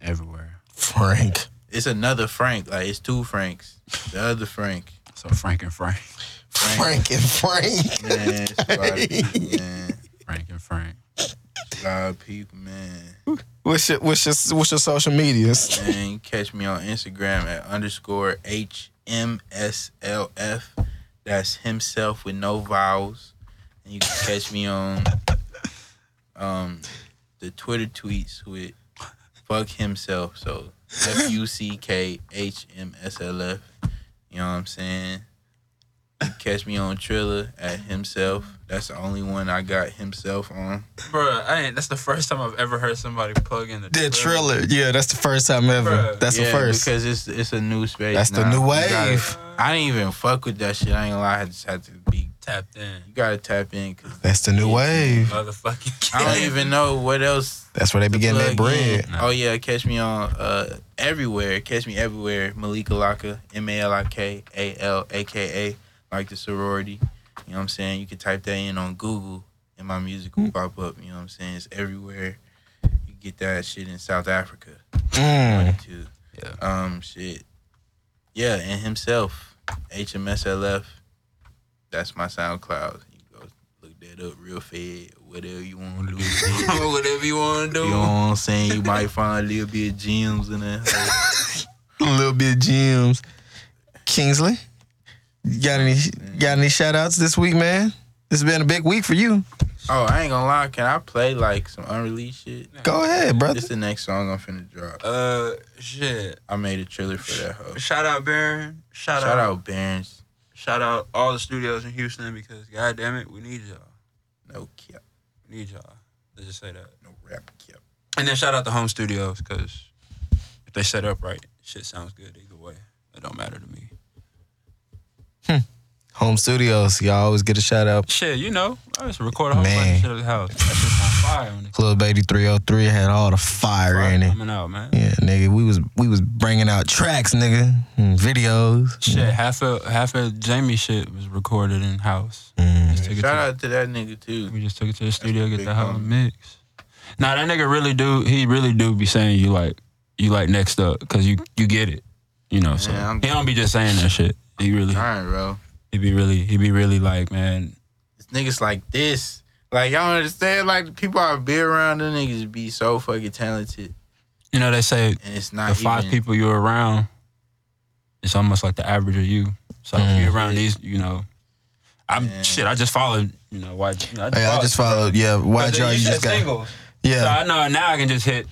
S3: Everywhere.
S2: Frank.
S1: It's another Frank. Like, it's two Franks. The other Frank.
S3: So Frank and Frank,
S2: Frank and Frank.
S1: Man, it's a lot of people, man.
S3: Frank and Frank.
S1: A lot of people, man.
S2: What's your what's your what's your social medias?
S1: And catch me on Instagram at underscore H MSLF. That's himself with no vowels. And you can catch me on um the Twitter tweets with fuck himself. So F U C K H M S L F. You know what I'm saying? You can catch me on Triller at himself. That's the only one I got himself on.
S3: Bruh, I ain't, that's the first time I've ever heard somebody plug in the
S2: The Triller. Yeah, that's the first time ever.
S3: Bruh.
S2: That's the
S1: Yeah,
S2: first.
S1: because it's it's a new space.
S2: That's the
S1: now.
S2: new
S1: You
S2: wave.
S1: gotta- I didn't even fuck with that shit. I ain't gonna lie. I just had to be.
S3: Tapped in.
S1: You gotta tap in. Cause
S2: That's the new wave.
S3: Motherfucking
S1: I don't even know what else.
S2: That's where they be getting that
S1: plug
S2: bread.
S1: in. Oh yeah, catch me on uh everywhere. Catch me everywhere. Malika Laka, M A L I K A L A K A, like the sorority. You know what I'm saying? You can type that in on Google, and my music
S2: Hmm.
S1: will pop up. You know what I'm saying? It's everywhere. You get that shit in South Africa.
S2: Mm.
S1: too.
S3: Yeah.
S1: Um, shit. Yeah, and himself, HMSLF. That's my SoundCloud. You go look that up real fed. Whatever you want to do. you
S3: Whatever you want to
S1: know
S3: do.
S1: what I'm saying? You might find a little bit of gems in there.
S2: A little bit of gems. Kingsley, you got any got any shout outs this week, man? It's been a big week for you.
S1: Oh, I ain't gonna lie. Can I play like some unreleased shit?
S2: Go ahead, brother.
S1: This the next song I'm finna drop.
S3: Uh, shit.
S1: I made a trailer for that hoe.
S3: Shout out Baron. Shout,
S1: Shout
S3: out,
S1: out Barons.
S3: Shout out all the studios in Houston because, god damn it, we need y'all.
S1: No cap.
S3: We need y'all. Let's just say that.
S1: No rap cap.
S3: And then shout out the home studios because if they set up right, shit sounds good either way. It don't matter to me.
S2: Home studios, y'all always get a shout out.
S3: Shit, you know, I just record a whole bunch
S2: Man.
S3: of shit at the house. That shit's on fire on it.
S2: Club 8303 had all the fire in it.
S3: Coming out, man.
S2: Yeah, nigga, we was we was bringing out tracks, nigga, and videos.
S3: Shit, half of half of Jamie shit was recorded in house.
S2: Mm.
S3: Just took it
S1: Shout
S3: to-
S1: out to that nigga too.
S3: We just took it to the studio, get
S1: big
S3: the whole
S1: homie.
S3: mix. Nah, that nigga really do. He really do be saying you like you like next up because you you get it. You know, so
S1: Yeah, I'm-
S3: he don't be just saying that shit. He really
S1: All right, bro.
S3: he be really he be really like man.
S1: It's niggas like this. Like y'all don't understand. Like the people I be around, them niggas be so fucking talented,
S3: You know they say
S1: and it's
S3: the
S1: not
S3: five
S1: even.
S3: people you're around, it's almost like the average of you. So if
S2: Mm.
S3: you're around these, you know, I'm
S1: Yeah.
S3: shit. I just followed you know why. You know, I just,
S2: Hey, I
S3: followed-
S2: just followed. Yeah, why
S3: But
S2: y'all? You
S3: said
S2: just got
S3: singles. So
S2: yeah.
S3: I know now I can just hit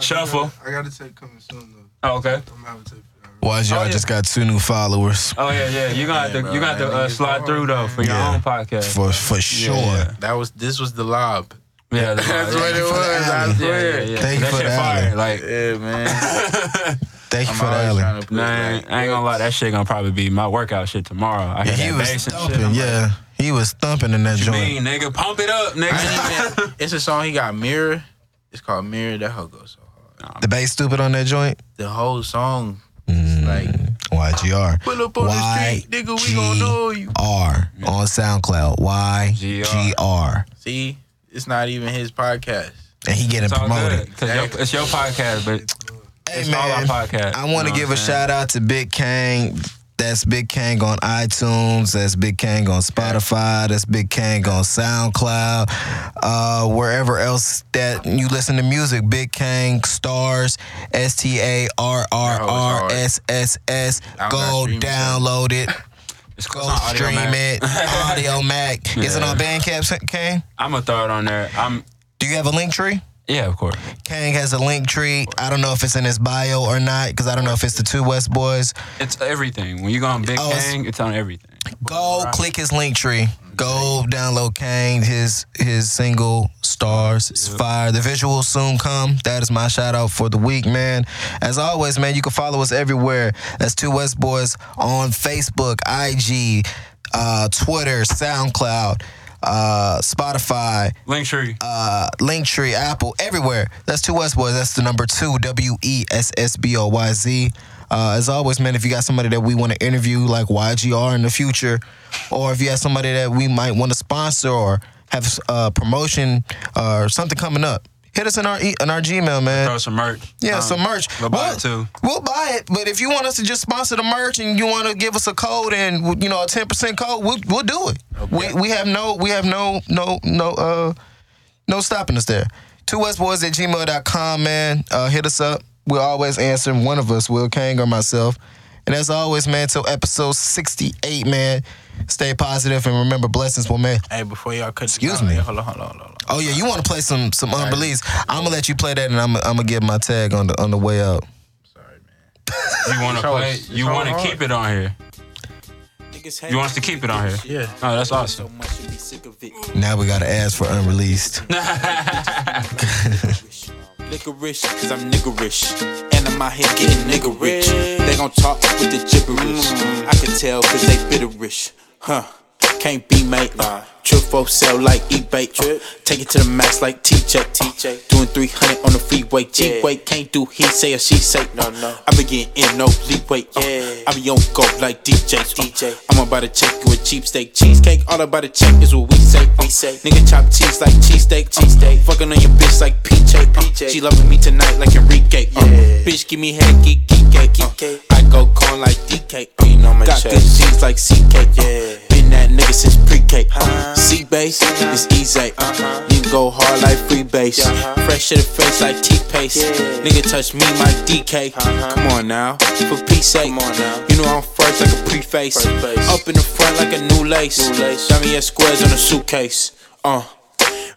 S3: shuffle.
S6: I got a tape coming soon though.
S3: Oh, okay.
S6: I'm having tape.
S2: Why y'all
S3: Oh, yeah.
S2: just got two new followers
S3: Oh yeah, yeah. You gonna have
S1: Yeah,
S3: to
S1: bro,
S3: you got to
S1: that
S3: uh,
S1: nigga's
S3: slide
S1: hard,
S3: through though for your
S2: Yeah.
S3: own podcast.
S2: for for sure.
S3: Yeah.
S1: That was this was the lob.
S3: Yeah,
S1: That's what it was. I
S3: Yeah, yeah,
S1: swear.
S3: yeah.
S2: Thank you
S3: that
S2: for
S3: shit
S2: the
S3: fire.
S2: alley.
S3: Like,
S1: Yeah, man.
S2: Thank you
S1: I'm
S2: for the
S1: always
S2: alley.
S1: trying to put
S3: man,
S1: like,
S3: I ain't gonna lie. That shit gonna probably be my workout shit tomorrow. I
S2: Yeah,
S3: hear
S2: he
S3: that
S2: was
S3: bass and shit.
S2: thumping.
S3: I'm
S2: Yeah, he was thumping in that
S3: Like,
S2: joint.
S3: mean, nigga, pump it up, nigga.
S1: I ain't even- it's a song he got mirror. It's called mirror. That hoe goes so hard.
S2: The bass stupid on that joint?
S1: The whole song,
S2: Mm.
S1: is like
S2: YGR.
S1: pull up on the street, nigga. We gon'
S2: YG.
S1: know you.
S2: R on SoundCloud. YGR.
S1: See, it's not even his podcast.
S2: And he getting
S3: It's all
S2: promoted.
S3: good. 'cause your, it's your podcast, but
S2: Hey,
S3: it's all our podcast.
S2: I want to give a shout out to Big Kang. That's Big Kang on iTunes. That's Big Kang on Spotify. That's Big Kang on SoundCloud. Uh, wherever else that you listen to music, Big Kang stars S T A R R R S S S.
S1: I'm
S2: Go
S1: not streaming
S2: download it.
S3: It's
S2: Go
S3: on Audio
S2: stream
S3: Mac.
S2: it. Audio Mac. Is it
S3: Yeah.
S2: on Bandcamp, Kang?
S3: I'm gonna throw it on there. I'm
S2: Do you have a link tree?
S3: yeah, of course.
S2: Kang has a link tree. I don't know if it's in his bio or not because I don't know if it's the two West Boys.
S3: It's everything. When you go on Big
S2: Oh, it's-
S3: Bang, it's on everything.
S2: Go click his link tree. Go download Kang. His his single stars. It's fire. The visuals soon come. That is my shout out for the week, man. As always, man, you can follow us everywhere. That's two West Boys on Facebook, IG, uh, Twitter, SoundCloud, uh, Spotify
S3: Link tree.
S2: uh, Linktree, Apple, everywhere. That's two West Boys. That's the number two, W E S S B O Y Z. Uh, as always, man, if you got somebody that we want to interview, like YGR in the future, or if you have somebody that we might want to sponsor or have a promotion or something coming up, hit us in our e- in our Gmail, man.
S3: throw some merch.
S2: Yeah,
S3: Um,
S2: some merch.
S3: We'll buy it too.
S2: We'll buy it, but if you want us to just sponsor the merch and you want to give us a code and you know a ten percent code, we'll, we'll do it. We, we have no we have no no no uh no stopping us there. Two Westboys at gmail.com, man. Uh, hit us up. We'll always answer. One of us, Will Kang or myself. And as always, man, till episode 68, man, stay positive and remember blessings will man.
S1: Hey, before y'all cut.
S2: Excuse
S1: the-
S2: me.
S1: Hold on, hold on, hold on.
S2: Oh yeah, you want to play some some unbeliefs? I'm gonna let you play that, and I'm I'm gonna give my tag on the on the way out.
S3: You want to
S1: So
S3: play?
S1: it's- it's
S3: You
S1: so
S3: want to
S1: hard.
S3: keep it on here? You want us to keep it on here?
S1: Yeah.
S3: Oh, that's awesome.
S2: Now we gotta ask for unreleased.
S7: Niggerish, cause I'm niggerish. And I'm out here getting niggerish. They gon' talk with the gibberish. I can tell cause they bitterish. Huh. Can't be mate. Uh, Truthful sell like eBay. Uh, take it to the max like TJ. TJ. Doing 300 on the freeway. G way can't do he say or she say. No, no. I be getting in no leeway. Uh, I be on go like DJs. Uh, DJ. I'm about to check you a cheap steak. Cheesecake, all about to check is what we say. We say. Nigga chop cheese like cheesesteak. Cheesesteak. Fucking on your bitch like PJ. PJ. She loving me tonight like Enrique. Uh, Bitch, give me head, geek, geek, geek. Uh, I go corn like DK. Uh, Got good jeans like CK. Yeah. Been that nigga since pre-K. Uh, C base is easy. Uh, you can go hard like free base. Fresh to the face like T-Paste. Nigga touch me, my DK. Come on now, for peace sake. You know I'm fresh like a preface. Up in the front like a new lace. Got me at squares on a suitcase. Uh.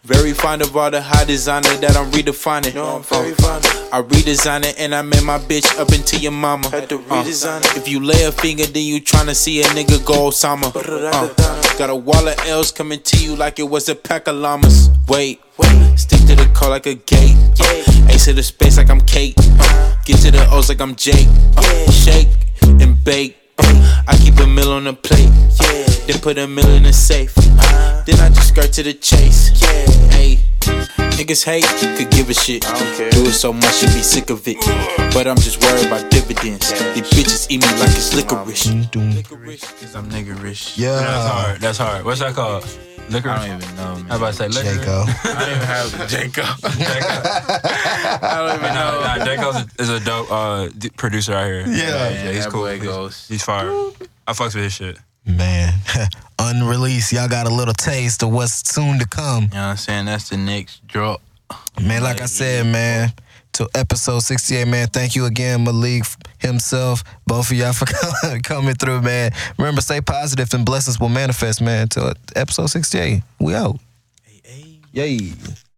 S7: Very fond of all the high designer that I'm redefining. Uh. No, I'm very fond. I redesign it and I made my bitch up into your mama. Had to redesign it. If you lay a finger, then you tryna see a nigga go Osama. Uh, got a wall of L's coming to you like it was a pack of llamas. Wait, wait. Stick to the car like a gate. Uh, ace to the space like I'm Kate. Uh, get to the O's like I'm Jake. Uh, shake and bake. Uh, I keep a mill on the plate. Yeah. Then put a mill in the safe. Then I just skirt to the chase. Yeah. Hey, niggas hate, could give a shit. Do it so much, you be sick of it. But I'm just worried about dividends. These bitches eat me like it's licorice.
S1: Cause I'm niggerish.
S3: That's
S2: Yeah,
S3: hard. That's hard. What's that called? Liquor.
S1: I
S3: I
S1: don't even know. Man.
S3: was about to say liquor.
S2: Jaco.
S1: I don't even have Jacob. I don't even know.
S3: Nah, nah, Jacob's is a dope uh, d- producer out here.
S2: Yeah.
S3: yeah, he's
S1: that
S3: cool.
S1: boy
S3: He's,
S1: goes.
S3: he's fire. I fucks with his shit.
S2: man, unreleased. Y'all got a little taste of what's soon to come.
S1: You know what I'm saying? That's the next drop.
S2: Man, like I said, man, to episode 68, man, thank you again, Malik himself, both of y'all for coming through, man. Remember, stay positive and blessings will manifest, man. To episode 68, we out. Yay.